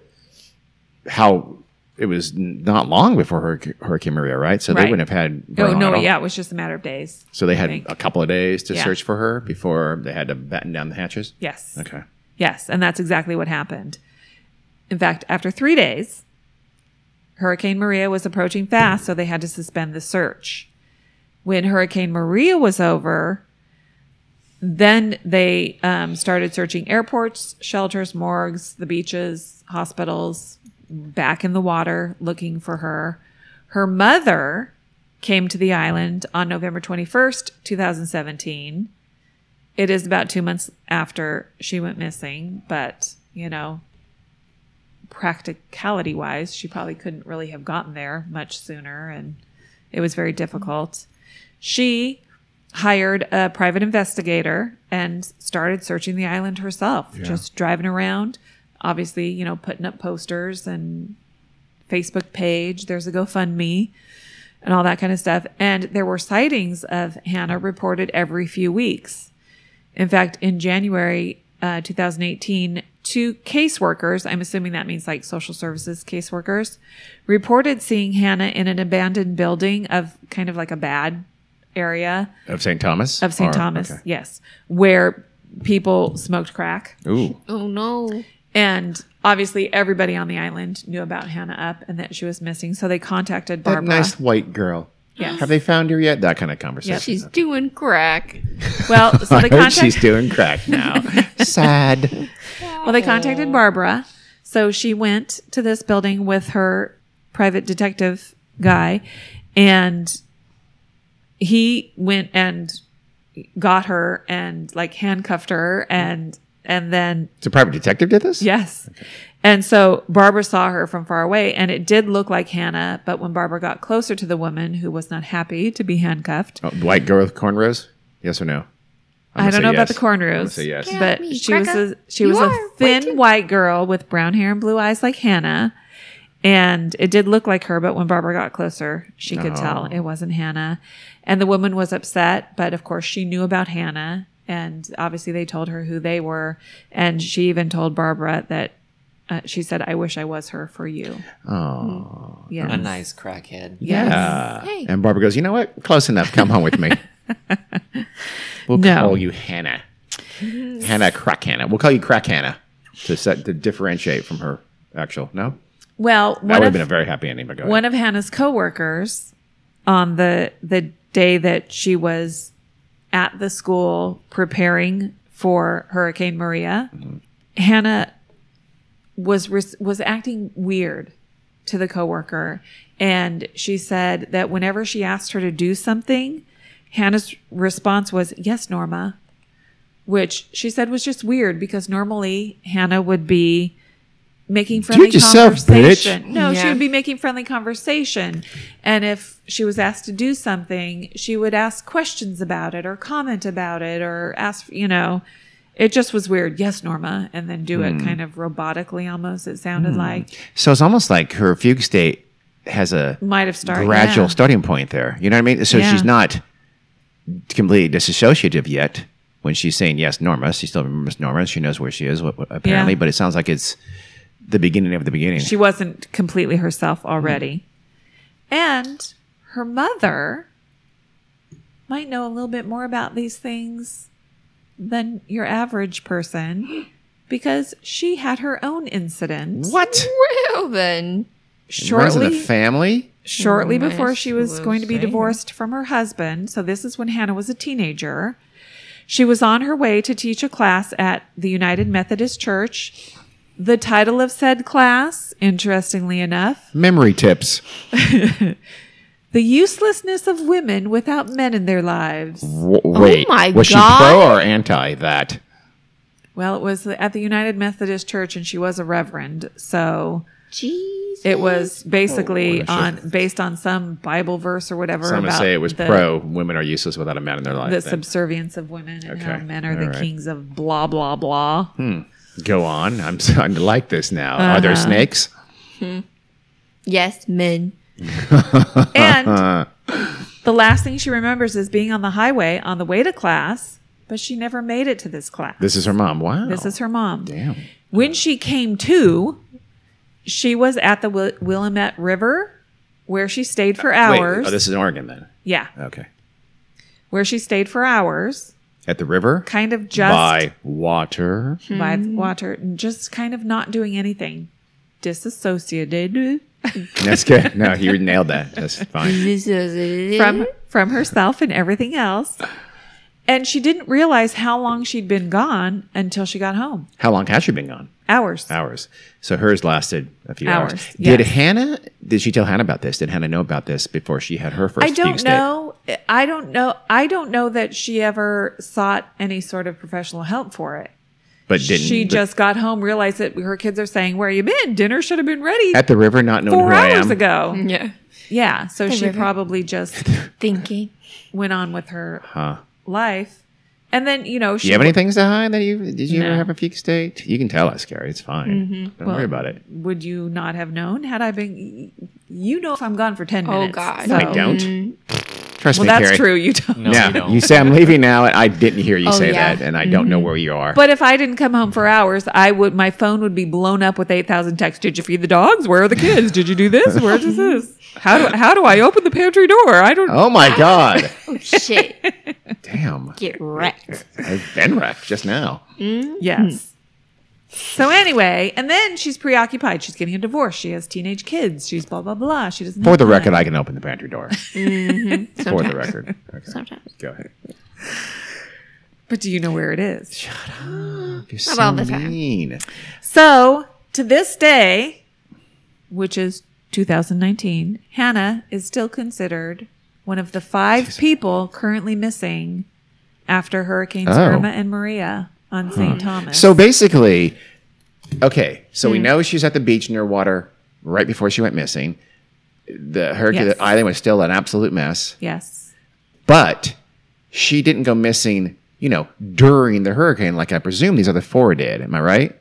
Speaker 1: how it was n- not long before Hurric- Hurricane Maria, right? So
Speaker 3: Right.
Speaker 1: they wouldn't have had
Speaker 3: Oh,
Speaker 1: Vernon
Speaker 3: no,
Speaker 1: at all.
Speaker 3: yeah, it was just a matter of days.
Speaker 1: So they had
Speaker 3: think.
Speaker 1: a couple of days to
Speaker 3: Yeah.
Speaker 1: search for her before they had to batten down the hatches.
Speaker 3: Yes.
Speaker 1: Okay.
Speaker 3: Yes, and that's exactly what happened. In fact, after three days, Hurricane Maria was approaching fast, so they had to suspend the search. When Hurricane Maria was over, then they um, started searching airports, shelters, morgues, the beaches, hospitals, back in the water looking for her. Her mother came to the island on November 21st, 2017. It is about two months after she went missing, but you know, practicality wise, she probably couldn't really have gotten there much sooner, and it was very difficult. She hired a private investigator and started searching the island herself,
Speaker 1: Yeah.
Speaker 3: just driving around, obviously, you know, putting up posters and Facebook page, there's a GoFundMe and all that kind of stuff. And there were sightings of Hannah reported every few weeks. In fact, in January uh, 2018, two caseworkers, I'm assuming that means like social services caseworkers, reported seeing Hannah in an abandoned building of kind of like a bad area
Speaker 1: Of St. Thomas?
Speaker 3: of St.
Speaker 1: Or-
Speaker 3: Thomas,
Speaker 1: okay.
Speaker 3: yes, where people smoked crack.
Speaker 1: Ooh.
Speaker 2: Oh no.
Speaker 3: And obviously, everybody on the island knew about Hannah Up and that she was missing. So they contacted
Speaker 1: That
Speaker 3: Barbara.
Speaker 1: nice white girl.
Speaker 3: Yes.
Speaker 1: Have they found her yet? That kind of conversation.
Speaker 2: She's doing crack.
Speaker 1: *laughs*
Speaker 3: Well, so
Speaker 1: I
Speaker 3: they
Speaker 1: heard she's
Speaker 3: contacted.
Speaker 1: doing crack
Speaker 3: *laughs*
Speaker 1: now. Sad.
Speaker 3: Well, they contacted Barbara. So she went to this building with her private detective guy, and he went and got her and like handcuffed her and and then
Speaker 1: So private detective did this?
Speaker 3: Yes. And so Barbara saw her from far away, and it did look like Hannah. But when Barbara got closer to the woman who was not happy to be handcuffed,
Speaker 1: Oh, white girl with cornrows? Yes or no? I'm
Speaker 3: I
Speaker 1: gonna
Speaker 3: don't
Speaker 1: say
Speaker 3: know
Speaker 1: yes.
Speaker 3: about the cornrows,
Speaker 1: say yes. Yeah,
Speaker 3: but
Speaker 2: me,
Speaker 3: she was a,
Speaker 2: cracker.
Speaker 3: she
Speaker 2: You
Speaker 3: was
Speaker 2: are,
Speaker 3: a
Speaker 2: right
Speaker 3: thin
Speaker 2: too.
Speaker 3: white girl with brown hair and blue eyes like Hannah, and it did look like her. But when Barbara got closer, she could tell
Speaker 1: Oh.
Speaker 3: it wasn't Hannah, and the woman was upset. But of course, she knew about Hannah, and obviously they told her who they were, and she even told Barbara that. Uh, she said, "I wish I was her for you."
Speaker 1: Oh.
Speaker 3: Yeah.
Speaker 4: A nice crackhead.
Speaker 3: Yes.
Speaker 1: Yeah.
Speaker 2: Hey.
Speaker 1: And Barbara goes, you know what? Close enough. Come home with me.
Speaker 3: *laughs*
Speaker 1: We'll
Speaker 3: No.
Speaker 1: call you Hannah. Hannah Crack Hannah. We'll call you Crack Hannah to set to differentiate from her actual. No?
Speaker 3: Well,
Speaker 1: That
Speaker 3: one
Speaker 1: would have
Speaker 3: of,
Speaker 1: been a very happy ending, but go
Speaker 3: one
Speaker 1: ahead.
Speaker 3: of Hannah's coworkers on the the day that she was at the school preparing for Hurricane Maria,
Speaker 1: Mm-hmm.
Speaker 3: Hannah was res- was acting weird to the coworker, and she said that whenever she asked her to do something, Hannah's response was "Yes, Norma," which she said was just weird because normally Hannah would be making friendly
Speaker 1: yourself, bitch.
Speaker 3: conversation. No, she
Speaker 2: Yeah.
Speaker 3: would be making friendly conversation, and if she was asked to do something, she would ask questions about it or comment about it or ask, you know. It just was weird. Yes, Norma, and then do it kind of robotically almost. It sounded like
Speaker 1: So it's almost like her fugue state has a
Speaker 3: might have started
Speaker 1: gradual
Speaker 3: yeah.
Speaker 1: starting point there. You know what I mean? So
Speaker 3: Yeah.
Speaker 1: she's not completely disassociative yet when she's saying yes, Norma. She still remembers Norma. She knows where she is, what, what- apparently.
Speaker 3: Yeah.
Speaker 1: But it sounds like it's the beginning of the beginning.
Speaker 3: She wasn't completely herself already, and her mother might know a little bit more about these things than your average person *gasps* because she had her own incident
Speaker 1: what?
Speaker 2: Well then.
Speaker 1: Runs in the
Speaker 3: shortly
Speaker 1: family?
Speaker 3: shortly
Speaker 2: Nice
Speaker 3: before she was
Speaker 2: little
Speaker 3: going to be
Speaker 2: thing.
Speaker 3: divorced from her husband. So this is when Hannah was a teenager. She was on her way to teach a class at the United Methodist Church. The title of said class, interestingly enough,
Speaker 1: Memory tips.
Speaker 3: The Uselessness of Women Without Men in Their Lives.
Speaker 1: W- wait.
Speaker 2: my
Speaker 1: was
Speaker 2: God.
Speaker 1: she pro or anti that?
Speaker 3: Well, it was at the United Methodist Church and she was a reverend. So
Speaker 2: Jesus.
Speaker 3: it was basically
Speaker 1: Oh,
Speaker 3: on based on some Bible verse or whatever.
Speaker 1: Some would
Speaker 3: about
Speaker 1: say it was
Speaker 3: the-
Speaker 1: pro women are useless without a man in their life.
Speaker 3: the
Speaker 1: then.
Speaker 3: subservience of women and how
Speaker 1: Okay.
Speaker 3: men are the
Speaker 1: All right.
Speaker 3: kings of blah
Speaker 1: *laughs*
Speaker 3: blah blah.
Speaker 1: Go on. I'm starting to like this now. Are there
Speaker 3: Uh-huh.
Speaker 1: snakes?
Speaker 2: Yes, men.
Speaker 3: And the last thing she remembers is being on the highway on the way to class, but she never made it to this class.
Speaker 1: This is her mom. Wow.
Speaker 3: This is her mom.
Speaker 1: Damn.
Speaker 3: When she came to, she was at the Wil- Willamette River where she stayed for hours.
Speaker 1: Wait, oh, this is in Oregon then.
Speaker 3: yeah,
Speaker 1: Okay.
Speaker 3: where she stayed for hours,
Speaker 1: At the river?
Speaker 3: kind of just
Speaker 1: by water.
Speaker 3: by the water and just kind of not doing anything, disassociated. *laughs*
Speaker 1: That's good. No, you nailed that. That's fine.
Speaker 3: from from herself and everything else. And she didn't realize how long she'd been gone until she got home.
Speaker 1: How long has she been gone?
Speaker 3: Hours.
Speaker 1: Hours. So hers lasted a few hours.
Speaker 3: Hours,
Speaker 1: Did
Speaker 3: yes.
Speaker 1: Hannah? Did she tell Hannah about this? Did Hannah know about this before she had her first?
Speaker 3: I don't
Speaker 1: fugue
Speaker 3: know. I don't know. I don't know that she ever sought any sort of professional help for it.
Speaker 1: Stick? But didn't
Speaker 3: she
Speaker 1: but
Speaker 3: just got home, realized that her kids are saying, "Where you been? Dinner should have been ready
Speaker 1: at the river, not knowing
Speaker 3: four
Speaker 1: who I
Speaker 3: hours
Speaker 1: am. *laughs*
Speaker 3: ago."
Speaker 2: Yeah.
Speaker 3: Yeah, so she
Speaker 2: river.
Speaker 3: probably just
Speaker 2: Thinking.
Speaker 3: went on with her
Speaker 1: Huh.
Speaker 3: life, and then you know
Speaker 1: Do
Speaker 3: she
Speaker 1: you have any things to hide that you did you ever
Speaker 3: No. Mm-hmm.
Speaker 1: have a fugue state? You can tell us, Gary. It's fine. Don't worry
Speaker 3: Well,
Speaker 1: about it.
Speaker 3: would you not have known had I been? You know, if I'm gone for ten
Speaker 2: Oh,
Speaker 3: minutes.
Speaker 2: God.
Speaker 1: I don't. Trust
Speaker 3: Well,
Speaker 1: me, Gary.
Speaker 3: that's true. You
Speaker 1: *laughs*
Speaker 3: don't.
Speaker 4: No,
Speaker 1: yeah,
Speaker 4: you don't.
Speaker 1: you say I'm leaving now, and I didn't hear you
Speaker 2: Oh,
Speaker 1: say
Speaker 2: yeah.
Speaker 1: that, and I don't know where you are.
Speaker 3: Mm-hmm. But if I didn't come home for hours, I would. My phone would be blown up with eight thousand texts. Did you feed the dogs? Where are the kids? Did you do this? Where is this? How do how do I open the pantry door? I don't.
Speaker 1: oh my god, *laughs*
Speaker 2: Oh, shit.
Speaker 1: damn!
Speaker 2: Get wrecked.
Speaker 1: I've been wrecked just now.
Speaker 3: Yes. So anyway, and then she's preoccupied. She's getting a divorce. She has teenage kids. She's blah blah blah. She doesn't.
Speaker 1: For
Speaker 3: have
Speaker 1: the
Speaker 3: time.
Speaker 1: record, I can open the pantry door. *laughs* For the record, okay,
Speaker 2: Sometimes.
Speaker 1: go ahead.
Speaker 3: but do you know where it is?
Speaker 1: You're
Speaker 2: Not
Speaker 1: so
Speaker 2: all the time.
Speaker 1: mean.
Speaker 3: So to this day, which is 2019, Hannah is still considered one of the five people currently missing after Hurricanes
Speaker 1: Oh.
Speaker 3: Irma and Maria on St. Thomas.
Speaker 1: So basically, okay, so we know she's at the beach near water right before she went missing. The hurricane
Speaker 3: Yes.
Speaker 1: the island was still an absolute mess,
Speaker 3: yes,
Speaker 1: but she didn't go missing, you know, during the hurricane like I presume these other four did. Am I right?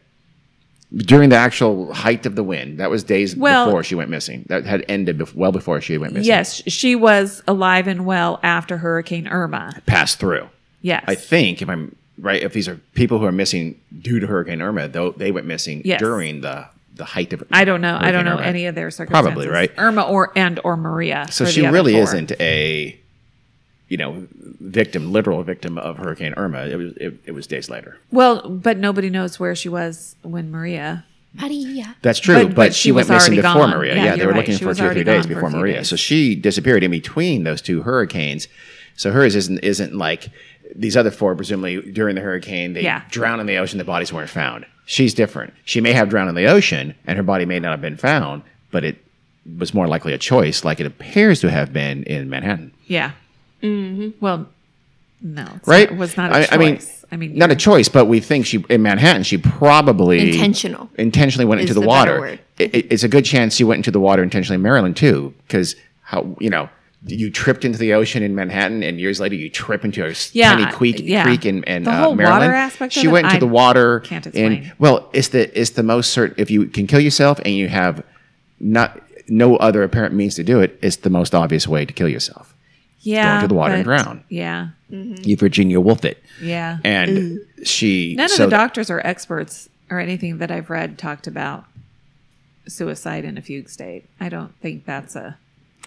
Speaker 1: During the actual height of the wind, that was days
Speaker 3: Well-
Speaker 1: before she went missing. That had ended bef- well before she went missing.
Speaker 3: yes, she was alive and well after Hurricane Irma.
Speaker 1: passed through.
Speaker 3: Yes,
Speaker 1: I think if I'm right, if these are people who are missing due to Hurricane Irma, though they went missing
Speaker 3: Yes.
Speaker 1: during the the height of.
Speaker 3: I don't know. I
Speaker 1: Hurricane
Speaker 3: don't know
Speaker 1: Irma.
Speaker 3: any of their circumstances.
Speaker 1: right?
Speaker 3: Irma or and or Maria.
Speaker 1: So
Speaker 3: for
Speaker 1: she
Speaker 3: the other
Speaker 1: really
Speaker 3: four.
Speaker 1: isn't a, you know, victim, literal victim of Hurricane Irma. It was it, it was days later.
Speaker 3: Well, but nobody knows where she was when Maria
Speaker 2: Maria.
Speaker 1: That's true,
Speaker 3: But-
Speaker 1: but,
Speaker 3: but
Speaker 1: she,
Speaker 3: she
Speaker 1: went
Speaker 3: was
Speaker 1: missing
Speaker 3: already
Speaker 1: before
Speaker 3: gone.
Speaker 1: Maria.
Speaker 3: Yeah,
Speaker 1: Yeah, they
Speaker 3: you're
Speaker 1: were
Speaker 3: right.
Speaker 1: looking
Speaker 3: She
Speaker 1: for
Speaker 3: was
Speaker 1: two or three
Speaker 3: already
Speaker 1: days
Speaker 3: gone for a
Speaker 1: before
Speaker 3: few
Speaker 1: Maria.
Speaker 3: days.
Speaker 1: So she disappeared in between those two hurricanes. So hers isn't isn't like these other four. Presumably during the hurricane, they
Speaker 3: Yeah.
Speaker 1: drowned in the ocean. The bodies weren't found. She's different. She may have drowned in the ocean, and her body may not have been found, but it was more likely a choice, like it appears to have been in Manhattan.
Speaker 3: Yeah. Well, no, it's
Speaker 1: Right?
Speaker 3: Not, it was not. a
Speaker 1: I- I mean,
Speaker 3: choice. I mean,
Speaker 1: Not a
Speaker 3: you're-
Speaker 1: choice, but we think she in Manhattan. She probably
Speaker 2: Intentional.
Speaker 1: intentionally went
Speaker 2: Is
Speaker 1: into the,
Speaker 2: the better
Speaker 1: water.
Speaker 2: word.
Speaker 1: It, it- it's a good chance she went into the water intentionally in Maryland too, because how you know you tripped into the ocean in Manhattan, and years later you trip into a s-
Speaker 3: Yeah,
Speaker 1: tiny creek,
Speaker 3: yeah.
Speaker 1: creek in, in
Speaker 3: The
Speaker 1: uh,
Speaker 3: whole
Speaker 1: Maryland.
Speaker 3: water aspect of
Speaker 1: she
Speaker 3: it,
Speaker 1: went into
Speaker 3: I
Speaker 1: the water.
Speaker 3: can't
Speaker 1: and-
Speaker 3: explain.
Speaker 1: well, it's the it's the most certain. If you can kill yourself and you have not no other apparent means to do it, it's the most obvious way to kill yourself.
Speaker 3: yeah,
Speaker 1: into the water and
Speaker 3: but-
Speaker 1: drown.
Speaker 3: Yeah,
Speaker 1: You Virginia Woolf it,
Speaker 3: yeah.
Speaker 1: and she
Speaker 3: Mm-hmm. None
Speaker 1: so
Speaker 3: of the doctors or experts or anything that I've read talked about suicide in a fugue state. I don't think that's a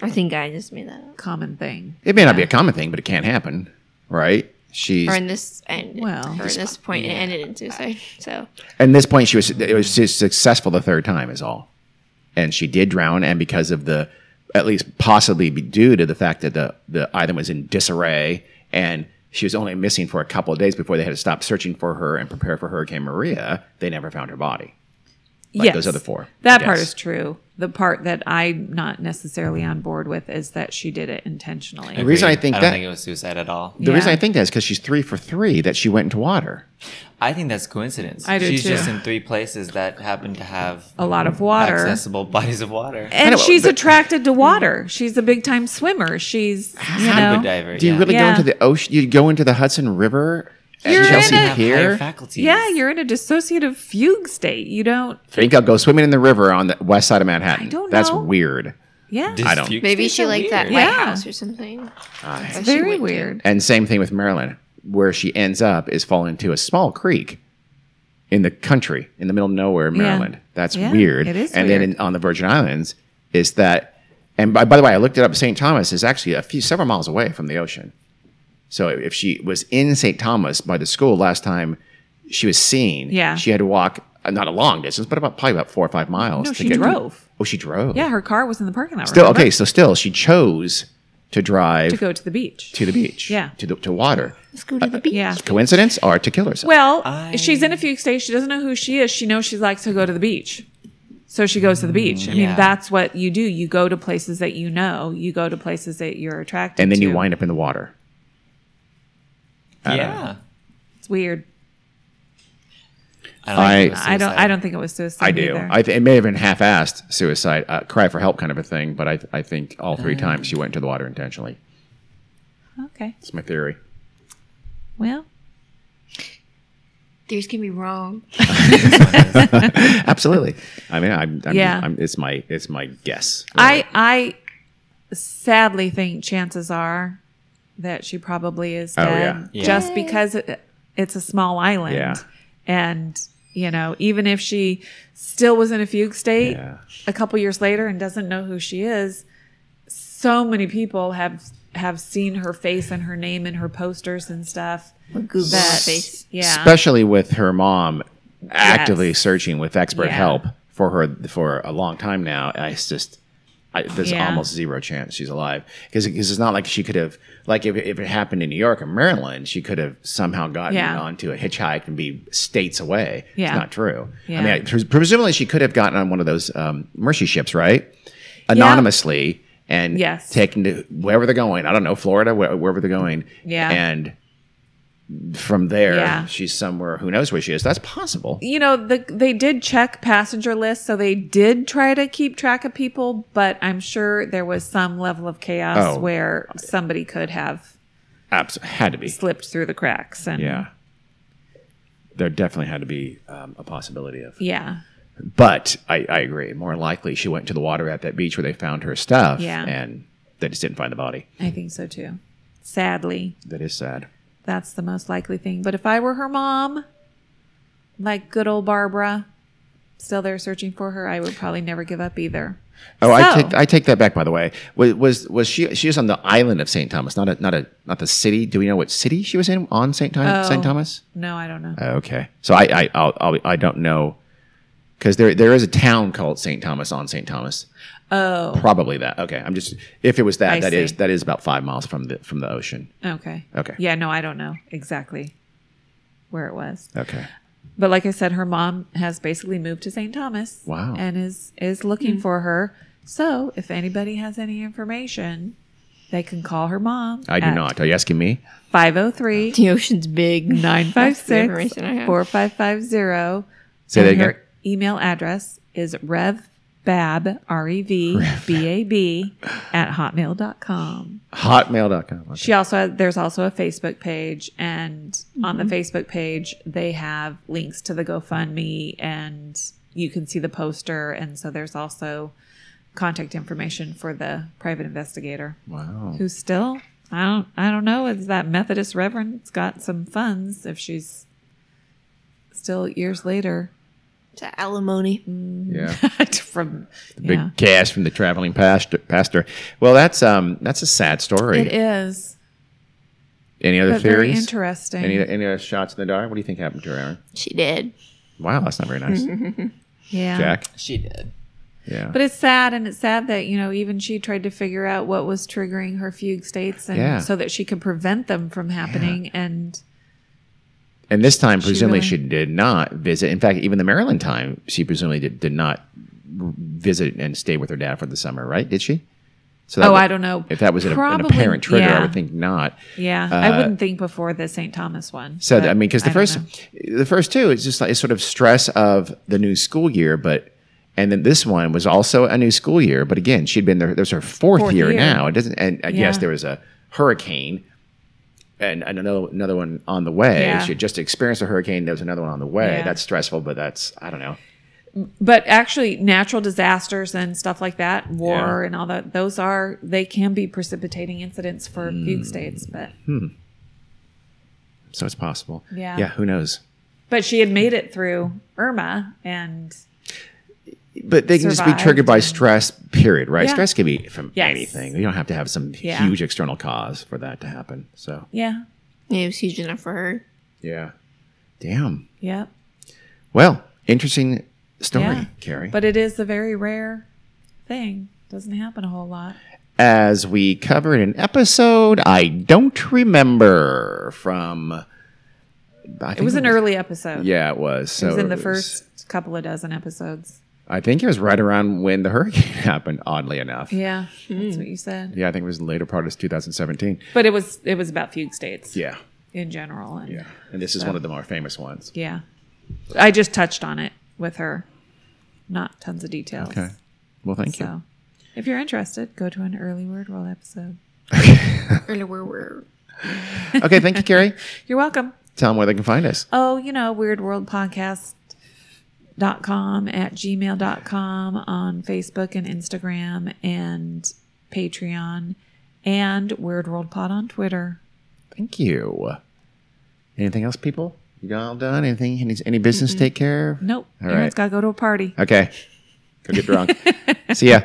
Speaker 2: I think I just made that up.
Speaker 3: common thing.
Speaker 1: It may not be a common thing, but it can happen, right? She's
Speaker 2: Or in this end.
Speaker 3: Well.
Speaker 2: or in this point, it ended in suicide. So
Speaker 1: and this point she was it was su- successful the third time is all, and she did drown, and because of the at least possibly be due to the fact that the the island was in disarray and. She was only missing for a couple of days before they had to stop searching for her and prepare for Hurricane Maria. They never found her body. Like those other four,
Speaker 3: That
Speaker 1: I
Speaker 3: part
Speaker 1: guess.
Speaker 3: is true. The part that I'm not necessarily on board with is that she did it intentionally.
Speaker 1: The reason I
Speaker 4: Agreed.
Speaker 1: think
Speaker 4: I don't
Speaker 1: that-
Speaker 4: think it was suicide at all.
Speaker 1: The reason
Speaker 3: Yeah.
Speaker 1: I think that is because she's three for three that she went into water.
Speaker 4: I think that's coincidence.
Speaker 3: I do
Speaker 4: She's
Speaker 3: too.
Speaker 4: just in three places that happen to have
Speaker 3: A lot of water.
Speaker 4: accessible bodies of water.
Speaker 3: And
Speaker 1: I know,
Speaker 3: she's
Speaker 1: but-
Speaker 3: attracted to water. She's a big time swimmer. She's you
Speaker 4: Scuba
Speaker 3: know
Speaker 4: diver.
Speaker 1: Do you
Speaker 4: yeah.
Speaker 1: really go
Speaker 3: Yeah.
Speaker 1: into the ocean? You go into the Hudson River at
Speaker 3: You're in
Speaker 1: Chelsea
Speaker 3: a-
Speaker 4: have higher
Speaker 1: Pier?
Speaker 4: faculties?
Speaker 3: Yeah, you're in a dissociative fugue state. You don't.
Speaker 1: think I'll go swimming in the river on the west side of Manhattan.
Speaker 3: I don't
Speaker 1: That's
Speaker 3: know.
Speaker 1: weird.
Speaker 3: Yeah,
Speaker 4: Dys-
Speaker 1: I don't.
Speaker 4: fugue
Speaker 2: maybe
Speaker 4: states
Speaker 2: she
Speaker 4: are
Speaker 2: liked that
Speaker 4: weird.
Speaker 3: Yeah.
Speaker 2: lighthouse or something.
Speaker 1: Ah,
Speaker 2: That she
Speaker 3: very
Speaker 2: went to.
Speaker 3: weird.
Speaker 1: And same thing with Maryland, where she ends up is falling into a small creek in the country, in the middle of nowhere, Maryland. That's
Speaker 3: Yeah,
Speaker 1: weird.
Speaker 3: it is
Speaker 1: and then
Speaker 3: weird.
Speaker 1: in, on the Virgin Islands is that, and by, by the way, I looked it up. St. Thomas is actually a few several miles away from the ocean. So if she was in St. Thomas by the school last time she was seen,
Speaker 3: Yeah.
Speaker 1: she had to walk uh, not a long distance, but about probably about four or five miles.
Speaker 3: No,
Speaker 1: to
Speaker 3: she
Speaker 1: get-
Speaker 3: drove.
Speaker 1: Oh, she drove.
Speaker 3: Yeah, her car was in the parking lot.
Speaker 1: Still
Speaker 3: remember?
Speaker 1: okay. So still, she chose to drive
Speaker 3: to
Speaker 1: to,
Speaker 3: go to the beach.
Speaker 1: the beach.
Speaker 3: Yeah.
Speaker 1: To the, to water.
Speaker 2: Let's go
Speaker 1: Uh,
Speaker 2: to the beach.
Speaker 3: yeah.
Speaker 1: Coincidence or to kill herself?
Speaker 3: Well,
Speaker 4: I-
Speaker 3: she's in a few states. She doesn't know who she is. She knows she likes to go to the beach. So she goes to the beach. I
Speaker 1: Mm,
Speaker 3: mean,
Speaker 4: yeah.
Speaker 3: that's what you do. You go to places that you know. You go to places that you're attracted
Speaker 1: and then you
Speaker 3: to.
Speaker 1: wind up in the water. I don't know.
Speaker 4: yeah.
Speaker 3: It's weird.
Speaker 4: I don't, think
Speaker 1: I-
Speaker 4: it was
Speaker 3: I don't I
Speaker 4: suicide.
Speaker 3: don't think it was suicide.
Speaker 1: I do.
Speaker 3: either.
Speaker 1: I th- it may have been half-assed suicide, uh, cry for help kind of a thing, but I, I think all
Speaker 3: Uh.
Speaker 1: three times she went into the water intentionally.
Speaker 3: okay.
Speaker 1: That's my
Speaker 3: *laughs*
Speaker 1: theory.
Speaker 3: Well,
Speaker 2: There's gonna be wrong.
Speaker 1: Absolutely. I mean, I'm, I'm,
Speaker 3: Yeah.
Speaker 1: I'm, it's my it's my guess.
Speaker 3: I I sadly think chances are that she probably is
Speaker 1: Oh,
Speaker 3: dead
Speaker 1: yeah.
Speaker 4: Yeah.
Speaker 3: just because it, it's a small island.
Speaker 1: Yeah.
Speaker 3: And you know, even if she still was in a fugue state
Speaker 1: Yeah.
Speaker 3: a couple years later and doesn't know who she is, so many people have have seen her face and her name in her posters and stuff.
Speaker 2: Google
Speaker 3: That
Speaker 2: face.
Speaker 3: yeah.
Speaker 1: especially with her mom actively
Speaker 3: Yes.
Speaker 1: searching with expert
Speaker 3: Yeah.
Speaker 1: help for her for a long time now. I it's just I, there's
Speaker 3: Yeah.
Speaker 1: almost zero chance she's alive because it's not like she could have like if, if it happened in New York or Maryland, she could have somehow gotten
Speaker 3: Yeah.
Speaker 1: onto a hitchhike and be states away.
Speaker 3: Yeah.
Speaker 1: It's not true.
Speaker 3: Yeah.
Speaker 1: I mean, I, pres- presumably she could have gotten on one of those um, mercy ships, right? Anonymously. And
Speaker 3: Yes.
Speaker 1: taken to wherever they're going. I don't know, Florida, where, wherever they're going.
Speaker 3: Yeah.
Speaker 1: And from there
Speaker 3: Yeah.
Speaker 1: she's somewhere who knows where she is that's possible
Speaker 3: you know, the, they did check passenger lists, so they did try to keep track of people, but I'm sure there was some level of chaos
Speaker 1: Oh.
Speaker 3: where somebody could have
Speaker 1: Abs- had to be
Speaker 3: slipped through the cracks. And
Speaker 1: yeah there definitely had to be um, a possibility of
Speaker 3: Yeah.
Speaker 1: but I, I agree more likely she went to the water at that beach where they found her stuff
Speaker 3: Yeah.
Speaker 1: and they just didn't find the body
Speaker 3: I think so too. Sadly,
Speaker 1: that is sad
Speaker 3: that's the most likely thing. But if I were her mom, like good old Barbara, still there searching for her, I would probably never give up either.
Speaker 1: oh
Speaker 3: So-
Speaker 1: I, take, I take that back by the way was, was was she she was on the island of st thomas not a not a not the city do we know what city she was in on st thomas
Speaker 3: Oh.
Speaker 1: st thomas
Speaker 3: No, I don't know.
Speaker 1: Okay. So I I I'll, I'll, I don't know because there there is a town called St. Thomas on St. Thomas.
Speaker 3: Oh,
Speaker 1: Probably that. Okay. I'm just if it was
Speaker 3: I
Speaker 1: that that is
Speaker 3: see.
Speaker 1: that is about five miles from the from the ocean.
Speaker 3: okay.
Speaker 1: Okay.
Speaker 3: Yeah, no, I don't know exactly where it was.
Speaker 1: Okay.
Speaker 3: But like I said, her mom has basically moved to St. Thomas.
Speaker 1: Wow.
Speaker 3: And is is looking for her. So if anybody has any information, they can call her mom.
Speaker 1: I do not. Are you asking me?
Speaker 3: 503
Speaker 2: The ocean's big. That's the
Speaker 3: 956
Speaker 2: information I have.
Speaker 3: 4550.
Speaker 1: Say that again.
Speaker 3: Her email address is revbab, R E V B A B, at hotmail.com.
Speaker 1: Hotmail.com. Okay.
Speaker 3: She also has, there's also a Facebook page, and on the Facebook page they have links to the GoFundMe, and you can see the poster, and so there's also contact information for the private investigator
Speaker 1: Wow.
Speaker 3: who's still I don't I don't know is that Methodist reverend's got some funds if she's still years later *laughs*
Speaker 2: To alimony.
Speaker 1: Yeah.
Speaker 3: from
Speaker 1: Big
Speaker 3: yeah
Speaker 1: cash from the traveling pastor. Pastor. Well, that's um that's a sad story.
Speaker 3: it is
Speaker 1: Any other
Speaker 3: but very
Speaker 1: theories?
Speaker 3: interesting
Speaker 1: Any any other shots in the dark? What do you think happened to her, Aaron?
Speaker 2: She did.
Speaker 1: Wow, that's not very nice,
Speaker 3: Mm-hmm. yeah
Speaker 1: Jack.
Speaker 4: She did.
Speaker 1: Yeah.
Speaker 3: But it's sad, and it's sad that you know even she tried to figure out what was triggering her fugue states, and
Speaker 1: Yeah.
Speaker 3: so that she could prevent them from happening. And
Speaker 1: And this time, presumably,
Speaker 3: really-
Speaker 1: she, did not visit. In fact, even the Maryland time, she presumably did, did not r- visit and stay with her dad for the summer, right? Did she? So that
Speaker 3: oh,
Speaker 1: would-
Speaker 3: I don't know
Speaker 1: If that was an, an
Speaker 3: Probably-
Speaker 1: apparent trigger,
Speaker 3: yeah.
Speaker 1: I would think not.
Speaker 3: Yeah, I wouldn't think before the St. Thomas one.
Speaker 1: So
Speaker 3: but
Speaker 1: I mean, because the
Speaker 3: don't
Speaker 1: first,
Speaker 3: know.
Speaker 1: the first two, it's just like it's sort of stress of the new school year, but and then this one was also a new school year, but again, she'd been there. There's her fourth,
Speaker 3: Fourth
Speaker 1: year,
Speaker 3: year.
Speaker 1: now. It doesn't. And uh, yes,
Speaker 3: Yeah.
Speaker 1: there was a hurricane. And, and another another one on the way.
Speaker 3: Yeah.
Speaker 1: She had just experienced a hurricane. There was another one on the way.
Speaker 3: Yeah.
Speaker 1: That's stressful, but that's I don't know.
Speaker 3: but actually, natural disasters and stuff like that, war
Speaker 1: Yeah.
Speaker 3: and all that, those are they can be precipitating incidents for fugue
Speaker 1: Mm.
Speaker 3: states. But
Speaker 1: So it's possible.
Speaker 3: Yeah.
Speaker 1: Yeah. Who knows?
Speaker 3: but she had made it through Irma, and
Speaker 1: But they can just
Speaker 3: Survived
Speaker 1: be triggered by
Speaker 3: and-
Speaker 1: stress. Period. Right.
Speaker 3: Yeah.
Speaker 1: Stress can be from
Speaker 3: Yes.
Speaker 1: anything. You don't have to have some
Speaker 3: Yeah.
Speaker 1: huge external cause for that to happen. So
Speaker 3: yeah,
Speaker 2: Yeah, It was huge enough for her.
Speaker 1: yeah. Damn.
Speaker 3: yep.
Speaker 1: Well, Interesting story,
Speaker 3: Yeah.
Speaker 1: Carrie.
Speaker 3: But it is a very rare thing. Doesn't happen a whole lot.
Speaker 1: as we covered an episode I don't remember from. I think
Speaker 3: It was an early episode.
Speaker 1: Yeah, it was.
Speaker 3: It
Speaker 1: So
Speaker 3: was in the first couple of dozen episodes.
Speaker 1: I think it was right around when the hurricane *laughs* happened. Oddly enough. Yeah. hmm.
Speaker 3: Yeah, that's what you said.
Speaker 1: I think it was the later part of 2017.
Speaker 3: But it was it was about fugue states
Speaker 1: Yeah,
Speaker 3: in general. And,
Speaker 1: yeah, and this is one of the more famous ones.
Speaker 3: yeah. I just touched on it with her. Not tons of details.
Speaker 1: Okay, well, thank you.
Speaker 3: So if you're interested, go to an early word world episode.
Speaker 2: Earlier, we're, we're
Speaker 1: Okay, thank you, Carrie.
Speaker 3: You're welcome.
Speaker 1: Tell them where they can find us.
Speaker 3: oh, you know, weirdworldpodcast.com at gmail.com on Facebook and Instagram and Patreon and Weird World Pod on Twitter.
Speaker 1: Thank you. Anything else, people? You got all done? Anything? Any, any business to take care of?
Speaker 3: Nope.
Speaker 1: All
Speaker 3: Everyone's
Speaker 1: right.
Speaker 3: got to go to a party.
Speaker 1: Okay. Go get drunk. See ya.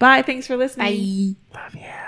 Speaker 3: Bye. Thanks for listening.
Speaker 2: bye.
Speaker 1: Love ya.